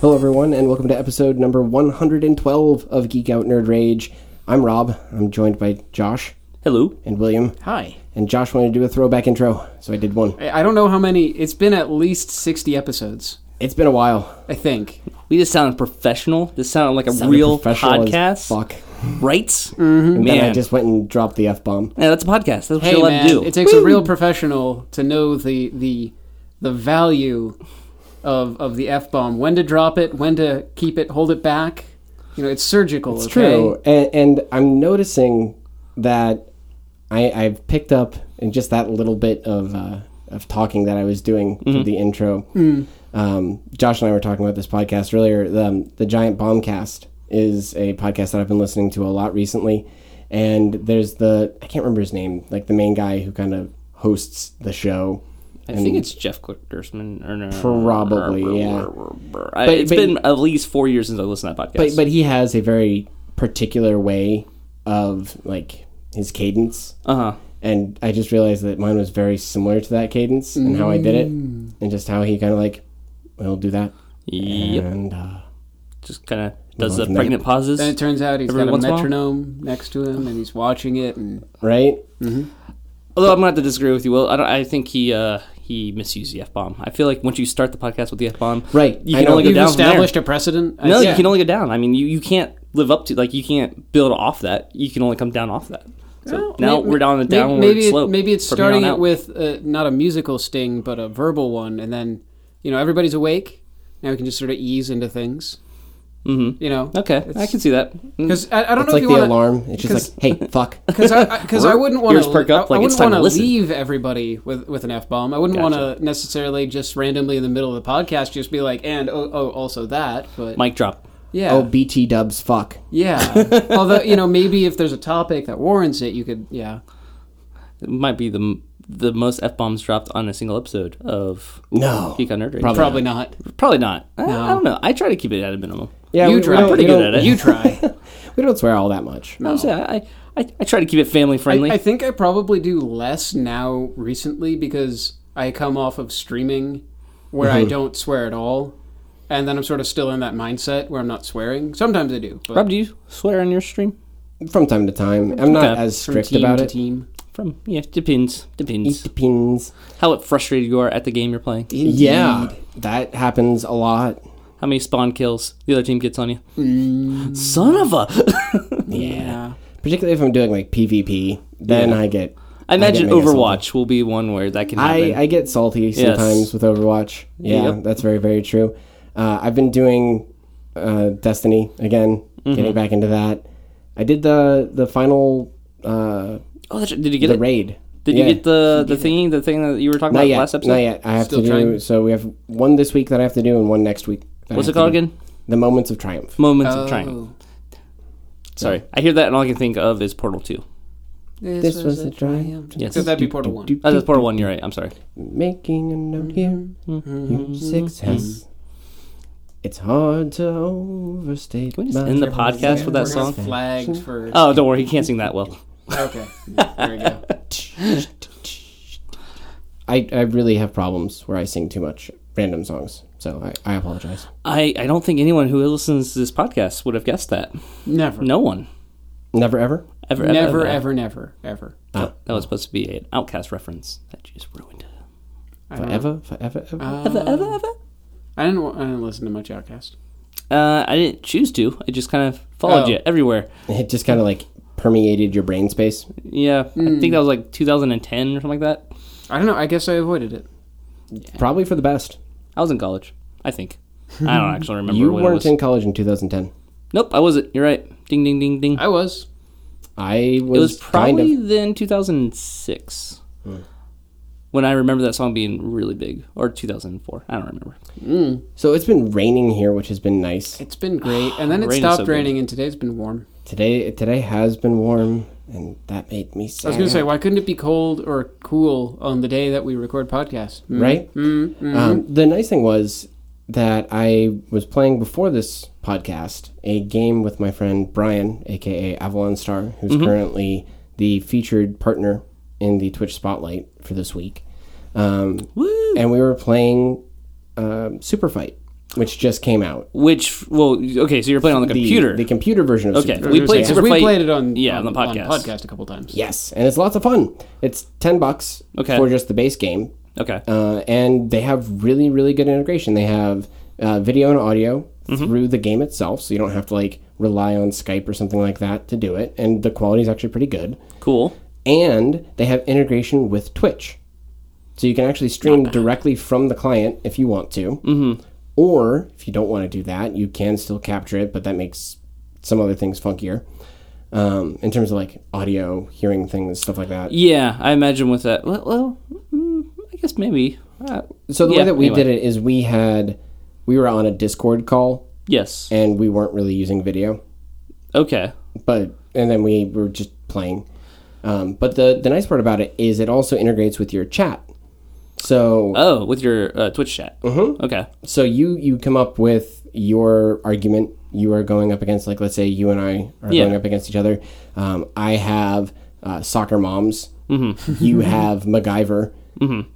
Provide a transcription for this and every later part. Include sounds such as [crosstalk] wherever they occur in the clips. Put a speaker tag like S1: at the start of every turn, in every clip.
S1: Hello, everyone, and welcome to episode number 112 of Geek Out Nerd Rage. I'm Rob. I'm joined by Josh
S2: Hello.
S1: and William.
S3: Hi.
S1: And Josh wanted to do a throwback intro, so I did one.
S3: I I don't know how many. It's been at least 60 episodes,
S1: It's been a while.
S3: I think.
S2: We just sounded professional. This sounded like a
S1: Sounded
S2: real
S1: professional as
S2: podcast.
S1: Fuck.
S2: Right? Mm-hmm.
S1: And then I
S2: Man.
S1: just went and dropped the F bomb.
S2: Yeah, that's a podcast. That's what
S3: Hey,
S2: you're allowed
S3: man,
S2: to do.
S3: it takes a real professional to know the the the value of of the f bomb. When to drop it, when to keep it, hold it back. You know, it's surgical.
S1: It's
S3: okay?
S1: true. And, and I'm noticing that I, I've picked up in just that little bit of uh, of talking that I was doing for the intro. Um, Josh and I were talking about this podcast earlier. The, um, the Giant Bombcast is a podcast that I've been listening to a lot recently. And there's the I can't remember his name, like the main guy who kind of hosts the show.
S2: I think it's Jeff Gerstmann. Or no,
S1: Probably, yeah.
S2: I-
S1: But-
S2: it's
S1: but-
S2: been at least four years since I listened to that
S1: but
S2: podcast.
S1: but he has a very particular way of like his cadence.
S2: uh-huh.
S1: and I just realized that mine was very similar to that cadence and how I did it,
S3: Mm.
S1: and just how he kind of like, we'll do that,
S2: Yep.
S1: and uh,
S2: Just kind of does the
S1: Well,
S2: pregnant pauses.
S3: Then it turns out he's
S2: Every
S3: got a
S2: once in a while?
S3: metronome next to him, and he's watching it. And
S1: right?
S2: Although I'm going to have to disagree with you, Will. I, don't, I think he... Uh, he misused the f bomb. I feel like once you start the podcast with the f bomb,
S1: Right.
S2: You
S1: I
S2: can
S1: know.
S2: only go
S3: you've
S2: down. From there.
S3: established a precedent. I
S2: No,
S3: think.
S2: you can only go down. I mean, you, you can't live up to like you can't build off that. You can only come down off that. So
S3: Well,
S2: now
S3: may-
S2: we're down the
S3: may-
S2: downward
S3: maybe it-
S2: slope.
S3: maybe it's
S2: from here on
S3: starting it
S2: out.
S3: with uh not a musical sting, but a verbal one, and then you know everybody's awake. Now we can just sort of ease into things. Mm-hmm. You know,
S2: Okay, I
S3: [laughs]
S2: can see that. Mm.
S3: Because I, I don't
S1: It's
S3: know
S1: like
S3: if you
S1: the
S3: want
S1: alarm. It's just like,
S3: [laughs]
S1: hey, fuck.
S3: Because I, because I, wouldn't want
S2: Ears
S3: to.
S2: perk up,
S3: I,
S2: like, it's
S3: wouldn't
S2: time to
S3: want to
S2: listen.
S3: leave everybody with, with an f bomb. I wouldn't want to necessarily just randomly in the middle of the podcast just be like, and oh, oh also that. But
S2: Mic drop.
S3: yeah,
S1: Oh, BT Dubs, fuck.
S2: [laughs]
S3: yeah. Although you know, maybe if there's a topic that warrants it, you could. Yeah,
S2: It might be the m- the most f bombs dropped on a single episode of
S1: No.
S2: Geek on Nerd Rage.
S1: Probably.
S3: probably not.
S2: Probably not. I, I don't know. I try to keep it at a minimum.
S1: Yeah,
S3: You
S1: we,
S3: try.
S1: we don't,
S2: Pretty
S1: we
S2: good
S1: don't-
S2: at it.
S3: You try.
S1: We don't swear all that much.
S2: I, was saying, I, I I try to keep it family friendly.
S3: I, I think I probably do less now recently because I come off of streaming where I don't swear at all. And then I'm sort of still in that mindset where I'm not swearing. Sometimes I do. But
S2: Rob, do you swear on your stream?
S1: From time to time, I'm not
S2: Okay.
S1: as
S3: from
S1: strict
S3: team
S1: about
S3: to
S1: it.
S3: team.
S2: From yeah, depends.
S1: It
S2: Depends
S1: depends.
S2: how frustrated you are at the game you're playing.
S1: Yeah, that happens a lot.
S2: How many spawn kills the other team gets on you?
S1: Mm.
S2: Son of a. [laughs]
S3: Yeah.
S1: Particularly if I'm doing like PvP, then I get.
S2: I imagine
S1: mega salty.
S2: Overwatch will be one where that can happen.
S1: I, I get salty sometimes with Overwatch. Yeah,
S2: Yep.
S1: that's very, very true. Uh, I've been doing uh, Destiny again,
S2: Mm-hmm.
S1: getting back into that. I did the the final uh,
S2: oh, that's, did you get
S1: the
S2: it?
S1: raid.
S2: Did
S1: Yeah.
S2: you get the the thingy, the thing that you were talking
S1: not
S2: about
S1: yet?
S2: last episode?
S1: Not yet. I have
S3: Still
S1: to do.
S3: trying.
S1: So we have one this week that I have to do, and one next week. that I
S2: What's
S1: have
S2: it
S1: to
S2: called
S1: do.
S2: again?
S1: The moments of triumph.
S2: Moments
S3: Oh.
S2: of Triumph. Sorry, I hear that and all I can think of is Portal Two.
S1: This was a triumph.
S2: Yes,
S3: So that'd be Portal 1.
S2: Oh, that's Portal One. You're right. I'm sorry.
S1: Making a note here. Huge
S2: Mm-hmm.
S1: Success. It's hard to overstate.
S2: Can we just
S1: my-
S2: end the podcast with that
S3: We're gonna
S2: song?
S3: get Flagged for.
S2: Oh, don't worry, he can't sing that well.
S3: Okay. There we go.
S1: I, I really have problems where I sing too much random songs, so I, I apologize.
S2: I I don't think anyone who listens to this podcast would have guessed that.
S3: Never.
S2: No one
S1: Never ever.
S2: ever, ever,
S3: Never,
S2: ever.
S3: ever, never, ever.
S1: Ah,
S2: That was supposed to be an Outcast reference. That you just ruined. it.
S3: I don't know.
S1: forever, forever, ever.
S2: Ever, ever, ever.
S3: I didn't, wa- I didn't listen to much Outcast.
S2: Uh, I didn't choose to. I just kind of followed
S3: Oh.
S2: you everywhere.
S1: It just kind of like permeated your brain space.
S2: Yeah, I
S1: Hmm.
S2: think that was like 2010 or something like that.
S3: I don't know. I guess I avoided it.
S1: Probably for the best.
S2: I was in college, I think.
S1: [laughs]
S2: I don't actually remember.
S1: You
S2: when it
S1: weren't
S2: was.
S1: in college in 2010.
S2: Nope, I wasn't. You're right. Ding, ding, ding, ding.
S3: I was.
S1: I was,
S2: it was probably
S1: kind of. Hmm.
S2: then 2006 when I remember that song being really big, or 2004. I don't remember.
S1: So it's been raining here, which has been nice.
S3: It's been great. And then it
S2: Rain is
S3: stopped
S2: so good.
S3: raining, and today's been warm.
S1: Today today has been warm, and that made me sad.
S3: I was going to say, why couldn't it be cold or cool on the day that we record podcasts? Mm.
S1: right? Um, the nice thing was that I was playing before this podcast a game with my friend Brian, aka Avalon Star, who's currently the featured partner in the Twitch Spotlight for this week. Um,
S2: Woo!
S1: and we were playing um Super Fight. which just came out.
S2: Which well, okay, so you're playing on the
S1: The-
S2: computer.
S1: The, computer version of
S2: Okay.
S1: Super
S2: We
S3: I was
S2: played
S3: gonna say, 'cause
S2: Super
S3: we
S2: Fight-
S3: played it on
S2: yeah, on the podcast.
S3: a couple times.
S1: Yes, and it's lots of fun. It's ten bucks
S2: Okay.
S1: for just the base game,
S2: okay.
S1: uh, and they have really, really good integration. They have uh, video and audio through the game itself, so you don't have to like rely on Skype or something like that to do it. And the quality is actually pretty good.
S2: cool.
S1: And they have integration with Twitch, so you can actually stream directly from the client if you want to. Mm-hmm. Or if you don't want to do that, you can still capture it, but that makes some other things funkier. Um, in terms of like audio, hearing things, stuff like that.
S2: Yeah, I imagine with that. Well, well mm, I guess maybe. Uh,
S1: So the
S2: Yeah,
S1: way that we
S2: anyway.
S1: did it is we had we were on a Discord call
S2: yes.
S1: and we weren't really using video,
S2: Okay.
S1: but and then we were just playing. Um, but the the nice part about it is it also integrates with your chat. So
S2: Oh, with your uh, Twitch chat. Mm-hmm. Okay.
S1: so you you come up with your argument. You are going up against like let's say you and I are
S2: Yeah.
S1: going up against each other. Um, I have uh, soccer moms.
S2: Mm-hmm.
S1: You have MacGyver.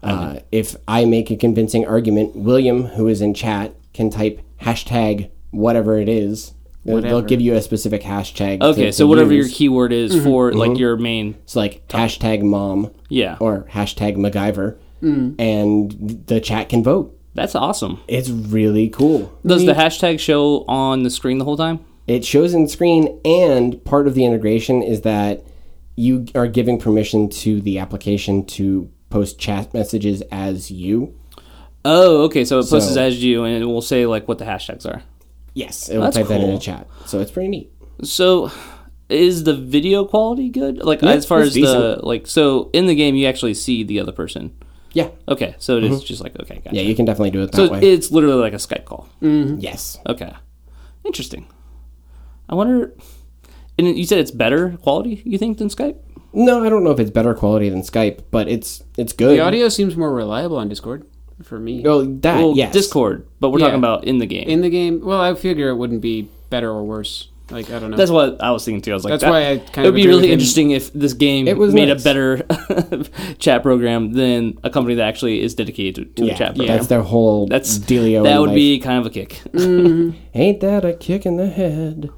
S1: Uh, if I make a convincing argument, William, who is in chat, can type hashtag whatever it is. They'll- They'll
S3: Whatever.
S1: give you a specific hashtag. to-
S2: Okay.
S1: to
S2: so whatever
S1: use.
S2: your keyword is for like your main.
S1: It's like hashtag mom
S2: Yeah.
S1: or hashtag MacGyver, and the chat can vote.
S2: That's awesome.
S1: It's really cool.
S2: Does the hashtag show on the screen the whole time?
S1: It shows in screen, and part of the integration is that you are giving permission to the application to post chat messages as you.
S2: Oh, okay. So it posts
S1: So-
S2: as you, and it will say like what the hashtags are.
S1: Yes, it will
S2: That's
S1: type that in
S2: cool.
S1: a chat. So it's pretty neat.
S2: So, is the video quality good? Like as far
S1: it's
S2: as
S1: decent.
S2: the like, so in the game you actually see the other person.
S1: Yeah,
S2: Okay, so it is just like okay, gotcha.
S1: yeah, you can definitely do it that
S2: so
S1: way.
S2: it's literally like a Skype call.
S1: yes,
S2: Okay, interesting. I wonder. And you said it's better quality, you think, than Skype?
S1: no, I don't know if it's better quality than Skype, but it's it's good.
S3: The audio seems more reliable on Discord for me.
S1: Oh, that
S2: Well,
S1: yes,
S2: Discord, but we're
S3: Yeah.
S2: talking about in the game.
S3: In the game, well, I figure it wouldn't be better or worse. Like I don't know.
S2: That's what I was thinking too. I was like,
S3: That's
S2: that-
S3: why I kind
S2: It would
S3: of
S2: be
S3: agree with
S2: really
S3: him.
S2: interesting if this game
S1: It was
S2: made
S1: nice.
S2: a better [laughs] chat program than a company that actually is dedicated to, to
S1: Yeah,
S2: a chat program.
S1: that's their whole
S2: That's
S1: that's dealio.
S2: That
S1: in
S2: would
S1: life.
S2: be kind of a kick.
S1: Ain't that a kick in the head?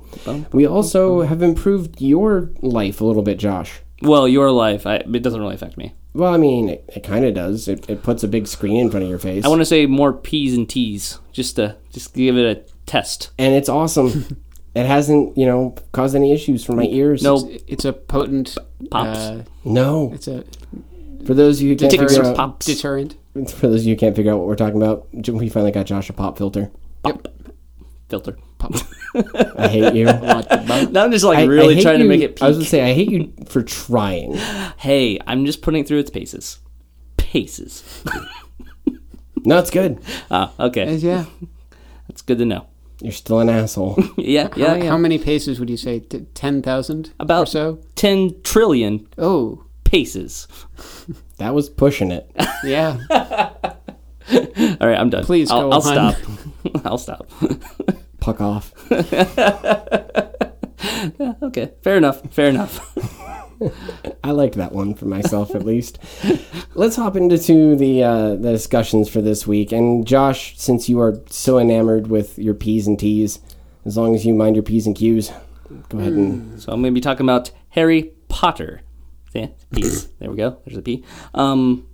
S1: We also have improved your life a little bit, Josh.
S2: well, your life, I, it doesn't really affect me.
S1: Well, I mean, it, it kind of does. It, it puts a big screen in front of your face,
S2: I want to say more P's and T's, just to just give it a test.
S1: and it's
S2: [laughs]
S1: awesome. it hasn't, you know, caused any issues for my ears.
S2: No
S3: it's a potent
S2: Pops.
S3: Uh,
S1: no.
S3: it's a
S1: For those of you who can't
S2: tickets
S1: figure
S2: or
S1: out,
S2: pops. [laughs]
S3: deterrent.
S1: [laughs] for those of you who can't figure out what we're talking about, J- we finally got Josh a pop filter.
S2: filter.
S1: I hate
S2: [laughs]
S1: you.
S2: Now I'm just like
S1: I, I
S2: really
S1: hate
S2: trying
S1: you-
S2: to make it. Peak.
S1: I was gonna say I hate you for trying.
S2: hey, I'm just putting it through its paces. Paces.
S1: No, it's good.
S2: Ah, okay,
S3: Yeah.
S2: that's good to know. [laughs]
S1: You're still an asshole.
S2: Yeah, yeah,
S3: how,
S2: yeah.
S3: how many paces would you say? T- Ten thousand?
S2: About
S3: or so.
S2: ten trillion
S3: Oh,
S2: paces.
S1: That was pushing it.
S3: yeah.
S2: All right, I'm done.
S3: Please
S2: I'll,
S3: go
S2: I'll
S3: on.
S2: stop.
S3: [laughs]
S2: I'll stop. [laughs]
S1: Puck off.
S2: Okay, fair enough. Fair enough. [laughs]
S1: I liked that one for myself, at least. Let's hop into to the uh, the discussions for this week. And Josh, since you are so enamored with your p's and t's, as long as you mind your p's and q's, go ahead and
S2: So I'm going to be talking about Harry Potter. Yeah,
S3: [clears throat]
S2: peace. there we go. There's a P. Um,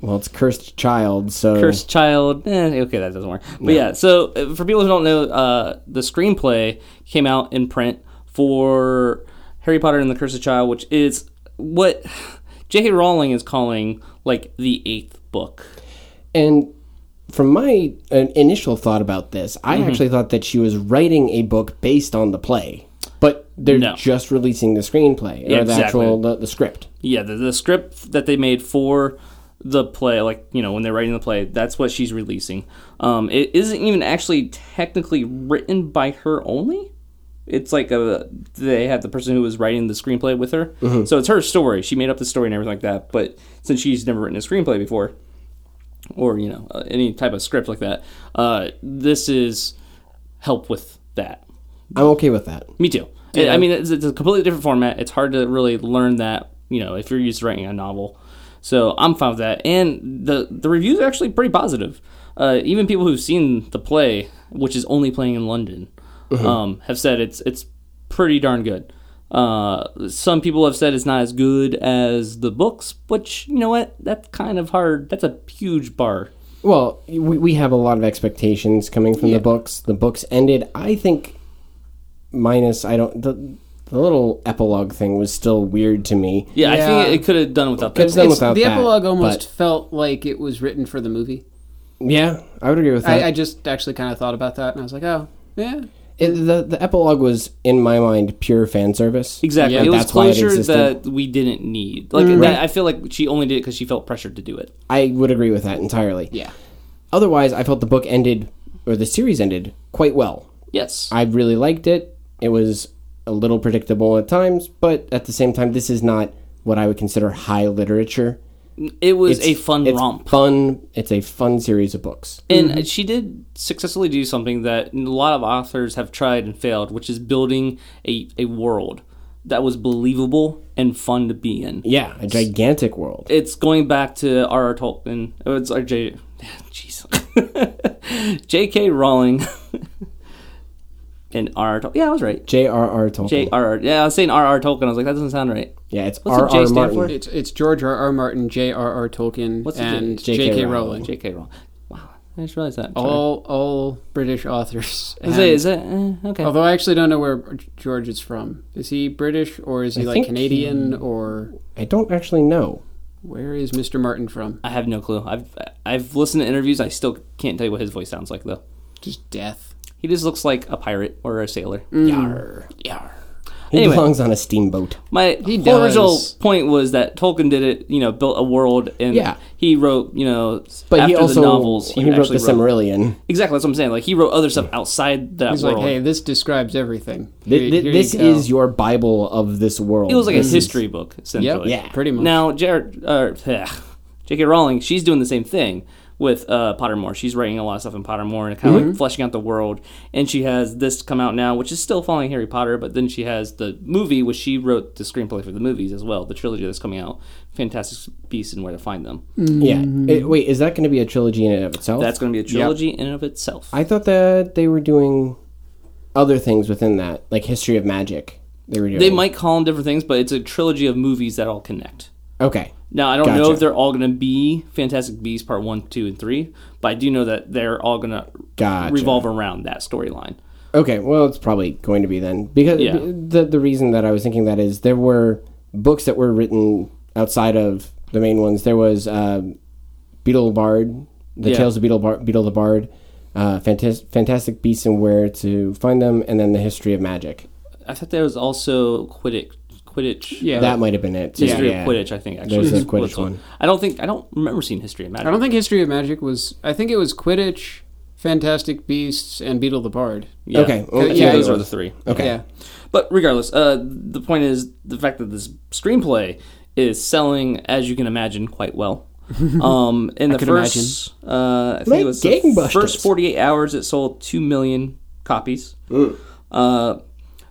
S1: well, it's cursed child. So
S2: Hmm. Cursed Child. Eh, okay, that doesn't work. But yeah, so uh, for people who don't know, uh, the screenplay came out in print for Harry Potter and the Cursed Child, which is what J.K. Rowling is calling like the eighth book.
S1: and from my uh, initial thought about this, I
S2: Mm-hmm.
S1: actually thought that she was writing a book based on the play, but they're
S2: No.
S1: just releasing the screenplay
S2: Yeah,
S1: or the
S2: exactly.
S1: actual the, the script.
S2: Yeah, the, the script that they made for the play, like you know, when they're writing the play, that's what she's releasing. Um, it isn't even actually technically written by her only. It's like a they had the person who was writing the screenplay with her, so it's her story. She made up the story and everything like that. But since she's never written a screenplay before, or you know uh, any type of script like that, uh, this is help with that.
S1: I'm okay with that.
S2: Me too. I- I mean, it's, it's a completely different format. It's hard to really learn that, you know, if you're used to writing a novel. So I'm fine with that. And the the reviews are actually pretty positive. uh, even people who've seen the play, which is only playing in London, um, have said it's it's pretty darn good. Uh, some people have said it's not as good as the books, which you know what? That's kind of hard. That's a huge bar.
S1: Well, we, we have a lot of expectations coming from the books. The books ended, I think, minus I don't the the little epilogue thing was still weird to me.
S2: Yeah, I
S3: Yeah.
S2: think it, could have done without
S1: Could've
S2: that.
S1: done
S3: It's-
S1: without
S3: the
S1: that,
S3: epilogue almost felt like it was written for the movie.
S1: Yeah, I would agree with that.
S3: I, I just actually kind of thought about that, and I was like, oh, yeah.
S1: It- the the epilogue was in my mind pure fan service.
S2: Exactly.
S1: Yeah.
S2: it was
S1: That's why it
S2: closure
S1: existed. Mm-hmm.
S2: that we didn't need. Like that, I feel like she only did it because she felt pressured to do it.
S1: I would agree with that entirely.
S3: Yeah.
S1: Otherwise, I felt the book ended or the series ended quite well.
S2: Yes.
S1: I really liked it. It was a little predictable at times, but at the same time, this is not what I would consider high literature.
S2: it was a fun
S1: it's Mm-hmm.
S2: romp.
S1: Fun. It's a fun series of books.
S2: And she did successfully do something that a lot of authors have tried and failed, which is building a, a world that was believable and fun to be in.
S1: Yeah, a gigantic world.
S2: It's going back to R.R. Tolkien. Oh, it's [laughs] R.J. Jeez. J.K. Rowling [laughs] and R.R. Tolkien. Yeah, I was right.
S1: J.R.R. Tolkien.
S2: J.R.R. Yeah, I was saying R.R. Tolkien. I was like, that doesn't sound right.
S1: yeah, it's
S2: What's the J
S1: R.R.
S2: stand for?
S1: Martin.
S3: It's it's George R. R. Martin, J. R. R. Tolkien,
S2: What's the J-
S3: and
S1: J.K.
S3: J.K. Rowling.
S1: Rowling.
S2: J.K. Oh, Rowling. Wow, I just realized that. Sorry.
S3: All all British authors.
S2: is
S3: and-
S2: it? Is it? Eh, okay.
S3: Although I actually don't know where George is from. Is he British or is he like
S1: think
S3: Canadian or
S1: I don't actually know.
S3: where is Mr. Martin from?
S2: I have no clue. I've I've listened to interviews. I still can't tell you what his voice sounds like though.
S3: Just death.
S2: He just looks like a pirate or a sailor.
S1: Mm. Yarr.
S2: Yeah.
S1: Hmm. He
S2: Anyway.
S1: belongs on a steamboat.
S2: My
S3: He
S2: whole original
S3: does.
S2: point was that Tolkien did it. You know, built a world, and
S1: Yeah.
S2: he wrote you know
S1: But
S2: after
S1: he also
S2: the novels.
S1: he wrote the
S2: actually
S1: Cimmerillion.
S2: Exactly, that's what I'm saying. Like he wrote other stuff outside that
S3: He's
S2: world.
S3: like, hey, this describes everything.
S1: Th- th-
S3: Here- here
S1: this
S3: you go."
S1: is your Bible of this world.
S2: it was like a
S1: This is-
S2: history book
S3: Yep,
S2: essentially.
S1: Yeah.
S3: pretty much.
S2: Now, Jared, uh, J.K. Rowling, she's doing the same thing with uh, Pottermore. She's writing a lot of stuff in Pottermore and kind of like fleshing out the world. And she has this come out now, which is still following Harry Potter, but then she has the movie, which she wrote the screenplay for the movies as well, the trilogy that's coming out, Fantastic Beasts and Where to Find Them.
S1: Yeah. It- wait, is that going to be a trilogy in and of itself?
S2: That's going to be a trilogy in and of itself.
S1: I thought that they were doing other things within that, like history of magic. They were doing.
S2: they might call them different things, but it's a trilogy of movies that all connect.
S1: Okay.
S2: Now I don't know
S1: Gotcha.
S2: if they're all going to be Fantastic Beasts Part One, Two, and Three, but I do know that they're all going to
S1: Gotcha.
S2: revolve around that storyline.
S1: Okay. Well, it's probably going to be then because
S2: Yeah.
S1: the the reason that I was thinking that is there were books that were written outside of the main ones. There was uh, Beetle Bard, The
S2: Yeah.
S1: Tales of Beetle Bar- Beetle the Bard, uh, Fantas- Fantastic Beasts and Where to Find Them, and then the History of Magic.
S2: I thought there was also Quidditch. Quidditch.
S3: Yeah.
S1: That might have been it. too,
S2: Uh, History
S1: yeah.
S2: of Quidditch, I think. Actually,
S1: There's a
S2: is what
S1: Quidditch
S2: it's called.
S1: one.
S2: I don't think I don't remember seeing History of Magic.
S3: I don't think History of Magic was. I think it was Quidditch, Fantastic Beasts, and Beetle the Bard.
S2: Yeah.
S1: Okay, well,
S2: I think
S3: yeah,
S2: those
S1: it
S2: are
S1: was.
S2: the three.
S1: Okay.
S3: Yeah.
S2: But regardless, uh, the point is the fact that this screenplay is selling, as you can imagine,
S1: [laughs]
S2: quite well. Um, in the
S3: could
S2: first, uh, I think
S1: Like
S2: it was the
S1: gangbusters.
S2: first 48 hours, it sold two million copies, uh,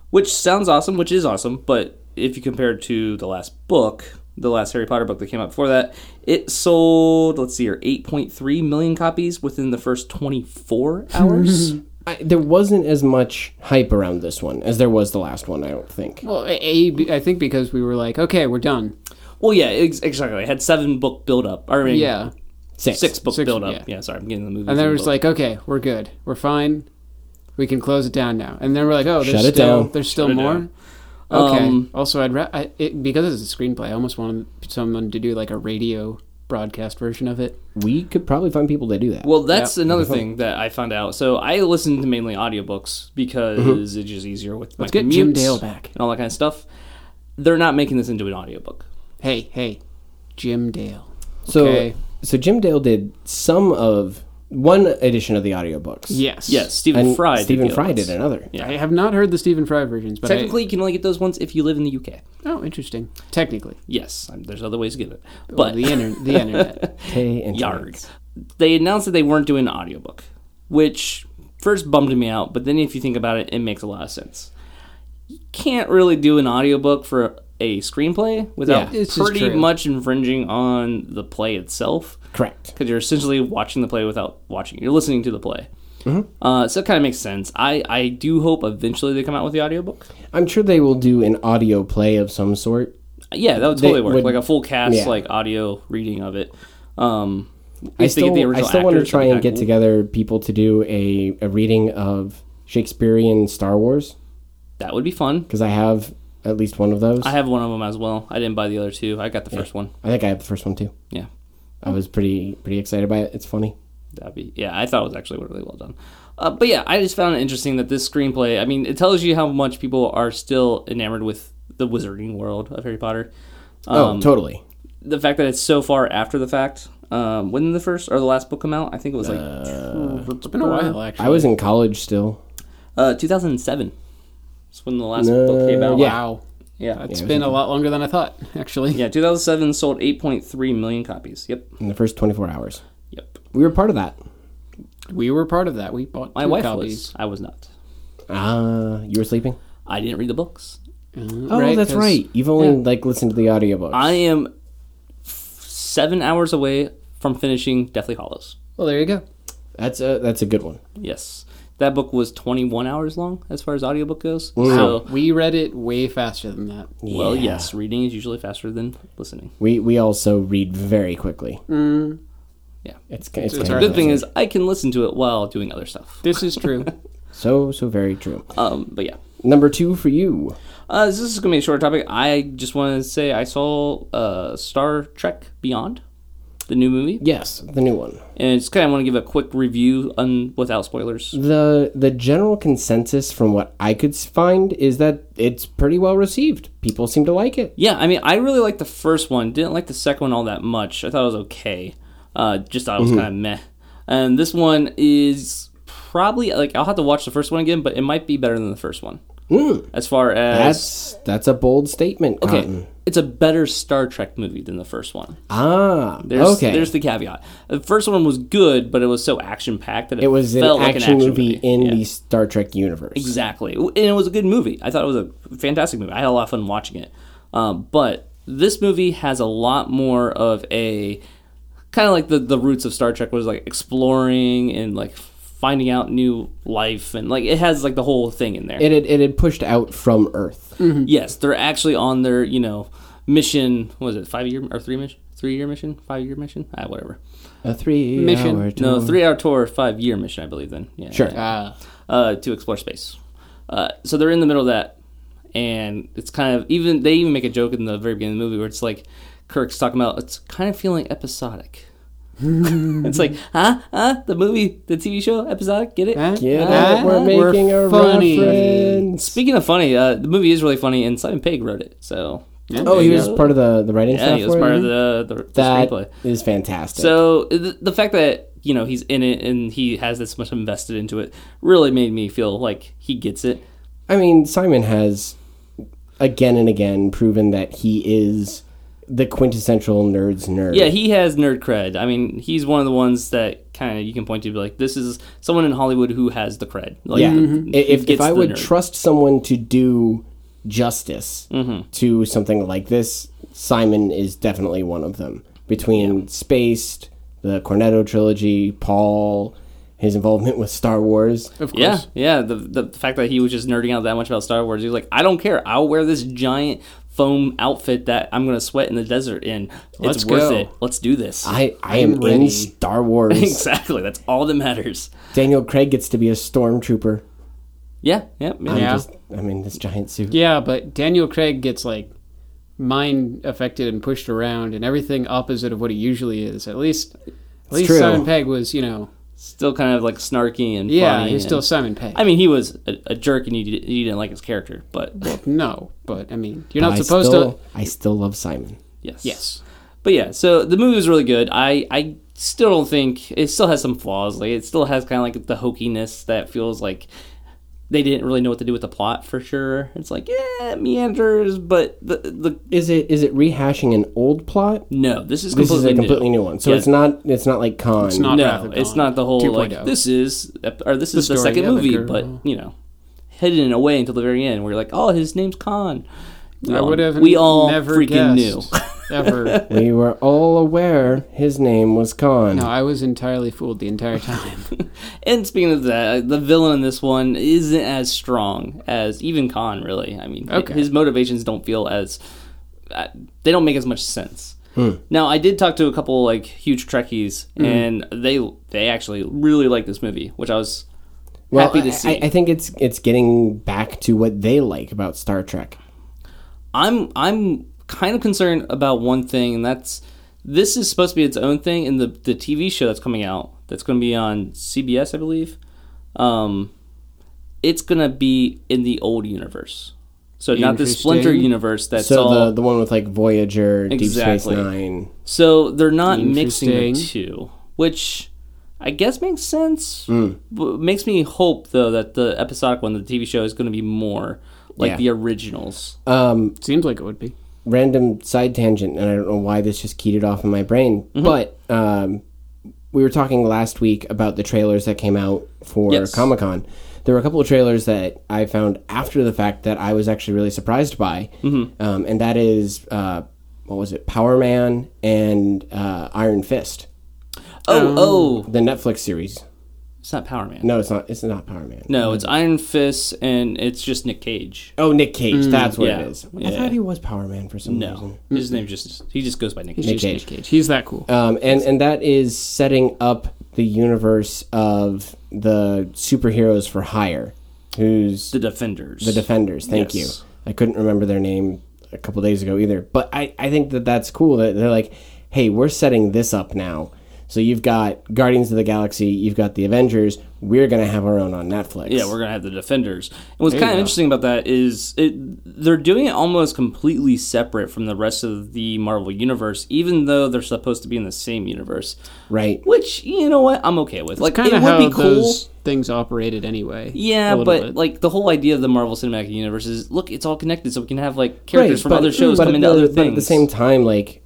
S2: which sounds awesome, which is awesome. But if you compare it to the last book, the last Harry Potter book that came out before that, it sold let's see here 8.3 million copies within the
S1: [laughs]
S2: first 24 hours.
S1: I, there wasn't as much hype around this one as there was the last one. I don't think.
S3: Well, a, a, B- I think because we were like, okay, we're done.
S2: Well, yeah, ex- exactly. It had seven book build up. I mean,
S3: Yeah.
S1: Six.
S2: six book
S3: Six,
S2: build up.
S3: yeah.
S2: Yeah. sorry, I'm getting the movie.
S3: And then it was like, okay, we're good. We're fine. We can close it down now. And then we're like, oh, there's
S1: Shut it
S3: still
S1: down.
S3: there's still
S2: it
S3: more.
S2: down.
S3: Okay.
S2: Um,
S3: also, I'd ra- I, it, because it's a screenplay. I almost wanted someone to do like a radio broadcast version of it.
S1: We could probably find people that do that.
S2: well, that's another thing that I found out. So I listened to mainly audiobooks because
S1: Mm-hmm.
S2: it's just easier with my
S3: Let's get Jim
S2: commutes
S3: Dale back.
S2: and all that kind of stuff. They're not making this into an audiobook.
S3: Hey, hey, Jim Dale.
S1: so
S3: okay.
S1: so Jim Dale did some of one edition of the audiobooks.
S3: Yes.
S2: Yes, Stephen
S1: and
S2: Fry. did
S1: Stephen
S2: the
S1: Fry
S2: audiobooks.
S1: did another.
S2: Yeah.
S3: I have not heard the Stephen Fry versions, but I-
S2: Technically, you can only get those ones if you live in the UK.
S3: oh, interesting. Technically,
S2: Yes, um, there's other ways to get it,
S3: Well,
S2: but
S3: the inter- [laughs] the internet.
S1: Okay, and
S2: yards. They announced that they weren't doing an audiobook, which first bummed me out, but then if you think about it, it makes a lot of sense. You can't really do an audiobook for a screenplay without
S3: Yeah, this is
S2: pretty
S3: true.
S2: much infringing on the play itself
S1: Correct.
S2: because you're essentially watching the play without watching. You're listening to the play.
S1: Mm-hmm.
S2: Uh, so it kind of makes sense. I, I do hope eventually they come out with the audiobook.
S1: I'm sure they will do an audio play of some sort.
S2: Yeah, that would totally
S1: They
S2: work.
S1: would-
S2: like a full cast,
S1: yeah.
S2: like audio reading of it. Um, if
S1: I
S2: they
S1: still,
S2: get the
S1: I
S2: original
S1: still want to
S2: actors,
S1: try
S2: that'd be
S1: and get
S2: kinda cool.
S1: together people to do a, a reading of Shakespearean Star Wars
S2: That would be fun.
S1: because I have at least one of those.
S2: I have one of them as well. I didn't buy the other two. I got the first one.
S1: I think I have the first one too.
S2: Yeah,
S1: I was pretty pretty excited by it. It's funny.
S2: That'd be yeah. I thought it was actually really well done. Uh, but yeah, I just found it interesting that this screenplay. I mean, it tells you how much people are still enamored with the wizarding world of Harry Potter. Um,
S1: oh, totally.
S2: The fact that it's so far after the fact. Um, when did the first or the last book come out? I think it was like it's
S3: Uh, been a while, actually.
S1: I was in college still.
S2: Uh, 2007. That's when the last
S1: No,
S2: book came out.
S1: yeah.
S3: Wow.
S2: yeah,
S3: It's been a lot longer than I thought, actually.
S2: yeah. 2007 sold 8.3 million copies. Yep,
S1: in the first 24 hours.
S2: yep.
S1: We were part of that.
S3: We were part of that. We bought
S2: My
S3: two
S2: wife
S3: copies.
S2: was. I was not.
S1: Ah, you were sleeping?
S2: I didn't read the books.
S1: Oh, that's
S3: Uh-huh. 'cause
S1: right. You've only like listened to the audiobooks.
S2: I am f- seven hours away from finishing Deathly Hollows.
S3: Well, there you go.
S1: that's a that's a good one.
S2: Yes. That book was 21 hours long as far as audiobook goes. So,
S3: We read it way faster than that.
S2: well,
S1: Yeah.
S2: yes, reading is usually faster than listening.
S1: We we also read very quickly.
S2: Yeah.
S1: It's ki- it's,
S3: It's
S1: kind
S3: our
S1: of
S2: Mm. Good thing is, I can listen to it while doing other stuff.
S3: This is true.
S1: so so very true.
S2: Um, but yeah.
S1: Number two for you.
S2: Uh, this is going to be a short topic. I just want to say I saw uh, Star Trek Beyond, the new movie,
S1: Yes, the new one.
S2: and just kind of want to give a quick review on, without spoilers.
S1: The the general consensus from what I could s- find is that it's pretty well received. People seem to like it.
S2: Yeah, I mean, I really liked the first one. Didn't like the second one all that much. I thought it was okay. Uh, just thought it was
S1: Mm-hmm.
S2: kind of meh. And this one is probably like I'll have to watch the first one again, but it might be better than the first one. As far as
S1: That's that's a bold statement.
S2: okay,
S1: Cotton.
S2: it's a better Star Trek movie than the first one.
S1: Ah.
S2: There's,
S1: okay.
S2: There's the caveat. The first one was good, but it was so action packed that it,
S1: it was an
S2: felt
S1: action,
S2: like an action
S1: movie, in
S2: Yeah.
S1: the Star Trek universe.
S2: Exactly. And it was a good movie. I thought it was a fantastic movie. I had a lot of fun watching it. Um, but this movie has a lot more of a kind of like the, the roots of Star Trek was like exploring and like finding out new life and like it has like the whole thing in there.
S1: It had, it had pushed out from Earth.
S2: Mm. Yes, they're actually on their you know mission. What was it five year or three mission? Three year mission? Five year mission? Ah, whatever.
S1: A three
S3: Mission.
S1: hour
S2: No,
S1: tour.
S2: three hour tour, five year mission, I believe. Then yeah,
S1: Sure.
S3: Ah,
S2: uh, to explore space. Uh, so they're in the middle of that, and it's kind of even they even make a joke in the very beginning of the movie where it's like Kirk's talking about it's kind of feeling episodic. it's like, huh, huh? The movie, the TV show, episodic. Get it?
S3: Huh?
S1: Get
S3: Ah,
S1: it? We're
S3: we're
S1: making a
S3: funny.
S1: reference.
S2: Speaking of funny, uh, the movie is really funny, and Simon Pegg wrote it. So
S1: Oh, he was part of the, the writing
S2: yeah,
S1: staff.
S2: he was
S1: for it?
S2: part of the the, the
S1: That
S2: screenplay.
S1: is fantastic.
S2: So the, the fact that you know he's in it and he has this much invested into it really made me feel like he gets it.
S1: I mean, Simon has again and again proven that he is the quintessential nerd's nerd.
S2: Yeah, he has nerd cred. I mean, he's one of the ones that kind of you can point to, be like, this is someone in Hollywood who has the cred. Like,
S1: yeah.
S2: the-
S3: Mm-hmm.
S1: I-
S2: who
S1: If, if
S2: Mm-hmm. gets
S1: I
S2: the
S1: would
S2: nerd.
S1: trust someone to do justice
S2: Mm-hmm.
S1: to something like this, Simon is definitely one of them. Between Spaced, the Cornetto trilogy, Paul, his involvement with Star Wars.
S3: of course.
S2: yeah, yeah. The, the the fact that he was just nerding out that much about Star Wars, he was like, I don't care. I'll wear this giant foam outfit that I'm gonna sweat in the desert in. It's
S3: Let's
S2: worth
S3: go.
S2: it. Let's do this. [laughs]
S1: I, I am in
S3: ready.
S1: Star Wars.
S2: exactly. That's all that matters.
S1: Daniel Craig gets to be a stormtrooper.
S2: Yeah, yeah, yeah.
S1: I'm
S3: Yeah.
S1: just I'm in this giant suit.
S3: Yeah, but Daniel Craig gets like mind affected and pushed around and everything opposite of what he usually is. At least, at least
S1: true.
S3: Simon Pegg was, you know,
S2: Still kind of like snarky and
S3: yeah,
S2: funny
S3: he's
S2: and-
S3: still Simon Pegg.
S2: I mean, he was a, a jerk, and you, did, you didn't like his character, but
S3: no, but I mean, you're
S1: I
S3: not supposed
S1: still,
S3: to.
S1: I still love Simon.
S2: Yes.
S3: Yes.
S2: But yeah, so the movie was really good. I I still don't think it still has some flaws. Like it still has kind of like the hokiness that feels like they didn't really know what to do with the plot for sure. It's like yeah, it meanders, but the the
S1: Is it is it rehashing an old plot?
S2: no, this is
S1: This
S2: completely
S1: is a completely new one. So
S2: Yeah.
S1: it's not it's not like Khan. It's
S3: not- Wrath
S2: no,
S3: of Khan
S2: it's not the whole like
S3: 2.0.
S2: this is or this is the
S3: oh. story
S2: second
S3: of a
S2: movie,
S3: girl.
S2: but you know, hidden away until the very end where you're like, oh, his name's Khan.
S3: I
S2: Um,
S3: would have
S2: we all
S3: never
S2: freaking
S3: guessed ever.
S1: We were all aware his name was Khan.
S3: No, I was entirely fooled the entire
S2: [laughs]
S3: time.
S2: And speaking of that, uh, the villain in this one isn't as strong as even Khan. Really, I mean,
S3: Okay.
S2: his motivations don't feel as uh, they don't make as much sense.
S1: Hmm.
S2: Now, I did talk to a couple like huge Trekkies, and they they actually really like this movie, which I was
S1: well,
S2: happy to
S1: I-
S2: see.
S1: I, I think it's it's getting back to what they like about Star Trek.
S2: I'm I'm kind of concerned about one thing, and that's this is supposed to be its own thing, and the the TV show that's coming out that's going to be on CBS, I believe. Um, it's going to be in the old universe, so not the Splinter
S3: Interesting.
S2: universe. That's
S1: So
S2: all.
S1: the the one with like Voyager, Deep Space
S2: Exactly.
S1: Nine.
S2: so they're not mixing the
S3: Interesting.
S2: two, which I guess makes sense.
S1: Hmm.
S2: But makes me hope though that the episodic one, the TV show, is going to be more like
S1: Yeah.
S2: the originals.
S1: Um,
S3: Seems like it would be.
S1: random side tangent, and I don't know why this just keyed off in my brain,
S2: Mm-hmm.
S1: but um, we were talking last week about the trailers that came out for
S2: Yes.
S1: Comic Con. There were a couple of trailers that I found after the fact that I was actually really surprised by,
S2: Mm-hmm.
S1: um, and that is uh, what was it, Power Man and uh, Iron Fist, um,
S2: Oh, oh,
S1: the Netflix series.
S2: it's not Power Man.
S1: No, it's not. It's not Power Man.
S2: No,
S3: Mm-hmm.
S2: it's Iron Fist, and it's just Nick Cage.
S1: Oh, Nick Cage. that's what
S2: Mm, yeah,
S1: it is. I
S2: yeah.
S1: thought he was Power Man for some reason.
S2: No,
S3: Mm-hmm.
S2: his name just he just goes by Nick Cage. Uh,
S1: Nick Cage.
S3: He's that cool.
S1: um, and and that is setting up the universe of the superheroes for hire, who's
S2: The
S1: the,
S2: Defenders.
S1: Defenders. Thank
S2: Yes.
S1: you. I couldn't remember their name a couple days ago either, but I I think that that's cool that they're like, hey, we're setting this up now. So you've got Guardians of the Galaxy, you've got the Avengers. We're gonna have our own on Netflix.
S2: yeah, we're gonna have the Defenders. And what's
S3: There
S2: kind of
S3: you go.
S2: interesting about that is it they're doing it almost completely separate from the rest of the Marvel universe, even though they're supposed to be in the same universe.
S1: right.
S2: Which you know what I'm okay with. like
S3: Kind
S2: it
S3: of
S2: would
S3: how
S2: be cool.
S3: those things operated anyway. a
S2: yeah,
S3: little
S2: but
S3: bit.
S2: like the whole idea of the Marvel Cinematic Universe is look, it's all connected, so we can have like characters
S1: Right,
S2: from other shows
S1: but
S2: come
S1: at
S2: into
S1: the-
S2: other
S1: But
S2: things.
S1: at the same time, like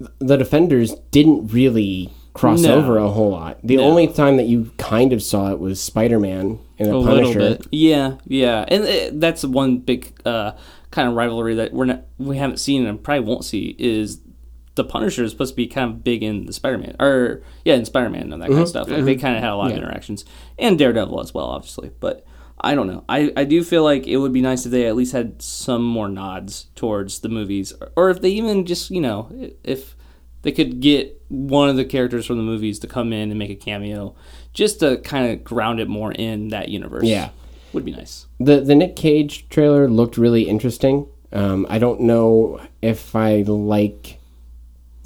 S1: th- the Defenders didn't really cross
S2: No.
S1: over a whole lot. The only time that you kind of saw it was Spider Man and the
S3: a little
S1: Punisher.
S3: bit.
S2: Yeah, yeah, and uh, that's one big uh, kind of rivalry that we're not, we haven't seen and probably won't see is the Punisher is supposed to be kind of big in the Spider Man or yeah in Spider Man and that kind of stuff. Like they kind of had a lot of interactions and Daredevil as well, obviously. But I don't know. I I do feel like it would be nice if they at least had some more nods towards the movies, or, or if they even just you know if they could get one of the characters from the movies to come in and make a cameo just to kind of ground it more in that universe
S1: Yeah.
S2: would be nice
S1: The the Nick Cage trailer looked really interesting. Um, I don't know if I like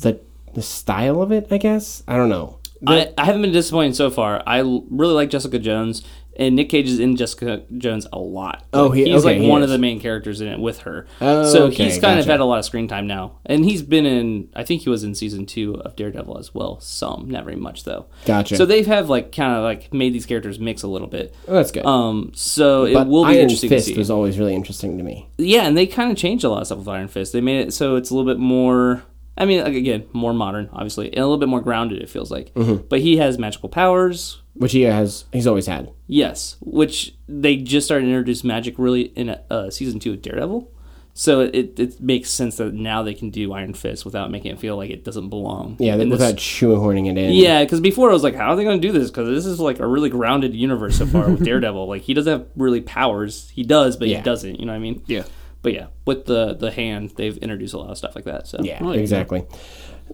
S1: the the style of it. I guess I don't know.
S2: I, I haven't been disappointed so far i l- really like jessica jones and nick cage is in jessica jones a lot
S1: Oh, he-
S2: he's
S1: okay,
S2: like
S1: he
S2: one
S1: is.
S2: of the main characters in it with her
S1: Oh,
S2: so
S1: okay,
S2: he's kind of
S1: gotcha.
S2: had a lot of screen time now and he's been in i think he was in season two of daredevil as well some not very much though
S1: Gotcha.
S2: so they have like kind of like made these characters mix a little bit
S1: Oh, that's good.
S2: um so it
S1: but
S2: will be
S1: Iron
S2: interesting
S1: Fist
S2: to see
S1: was always really interesting to me.
S2: yeah, and they kind of changed a lot of stuff with Iron Fist. They made it so it's a little bit more. I mean, like, again, more modern, obviously, and a little bit more grounded. It feels like,
S1: Mm-hmm.
S2: but he has magical powers.
S1: Which he has, he's always had.
S2: Yes, which they just started to introduce magic really in uh, season two of Daredevil. So it, it makes sense that now they can do Iron Fist without making it feel like it doesn't belong.
S1: Yeah,
S2: in this-
S1: without shoehorning it in.
S2: yeah, because before I was like, how are they going to do this? Because this is like a really grounded universe so
S1: [laughs]
S2: far with Daredevil. Like he doesn't have really powers. He does, but
S1: Yeah.
S2: he doesn't. You know what I mean?
S3: Yeah.
S2: But yeah, with the the hand, they've introduced a lot of stuff like that. So
S1: Yeah, exactly.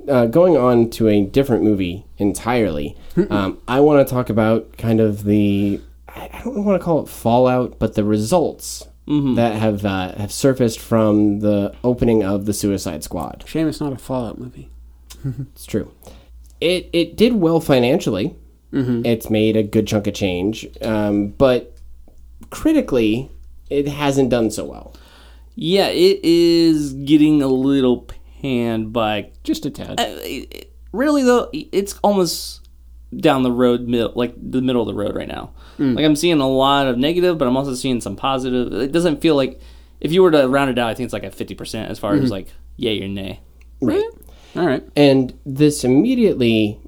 S1: Uh, going on to a different movie entirely, um, I want to talk about kind of the I I don't want to call it fallout, but the results that have uh, have surfaced from the opening of the Suicide Squad.
S3: Shame it's not a Fallout movie.
S1: It's true. It it did well financially. It's made a good chunk of change, um, but critically, it hasn't done so well.
S2: yeah, it is getting a little panned by.
S3: Just a tad.
S2: Uh, Really though, it's almost down the road, mid, like the middle of the road right now.
S1: Mm.
S2: Like I'm seeing a lot of negative, but I'm also seeing some positive. It doesn't feel like if you were to round it out, I think it's like a fifty percent as
S1: Mm-hmm.
S2: far as like yay or nay.
S1: Right.
S3: All right.
S1: And this immediately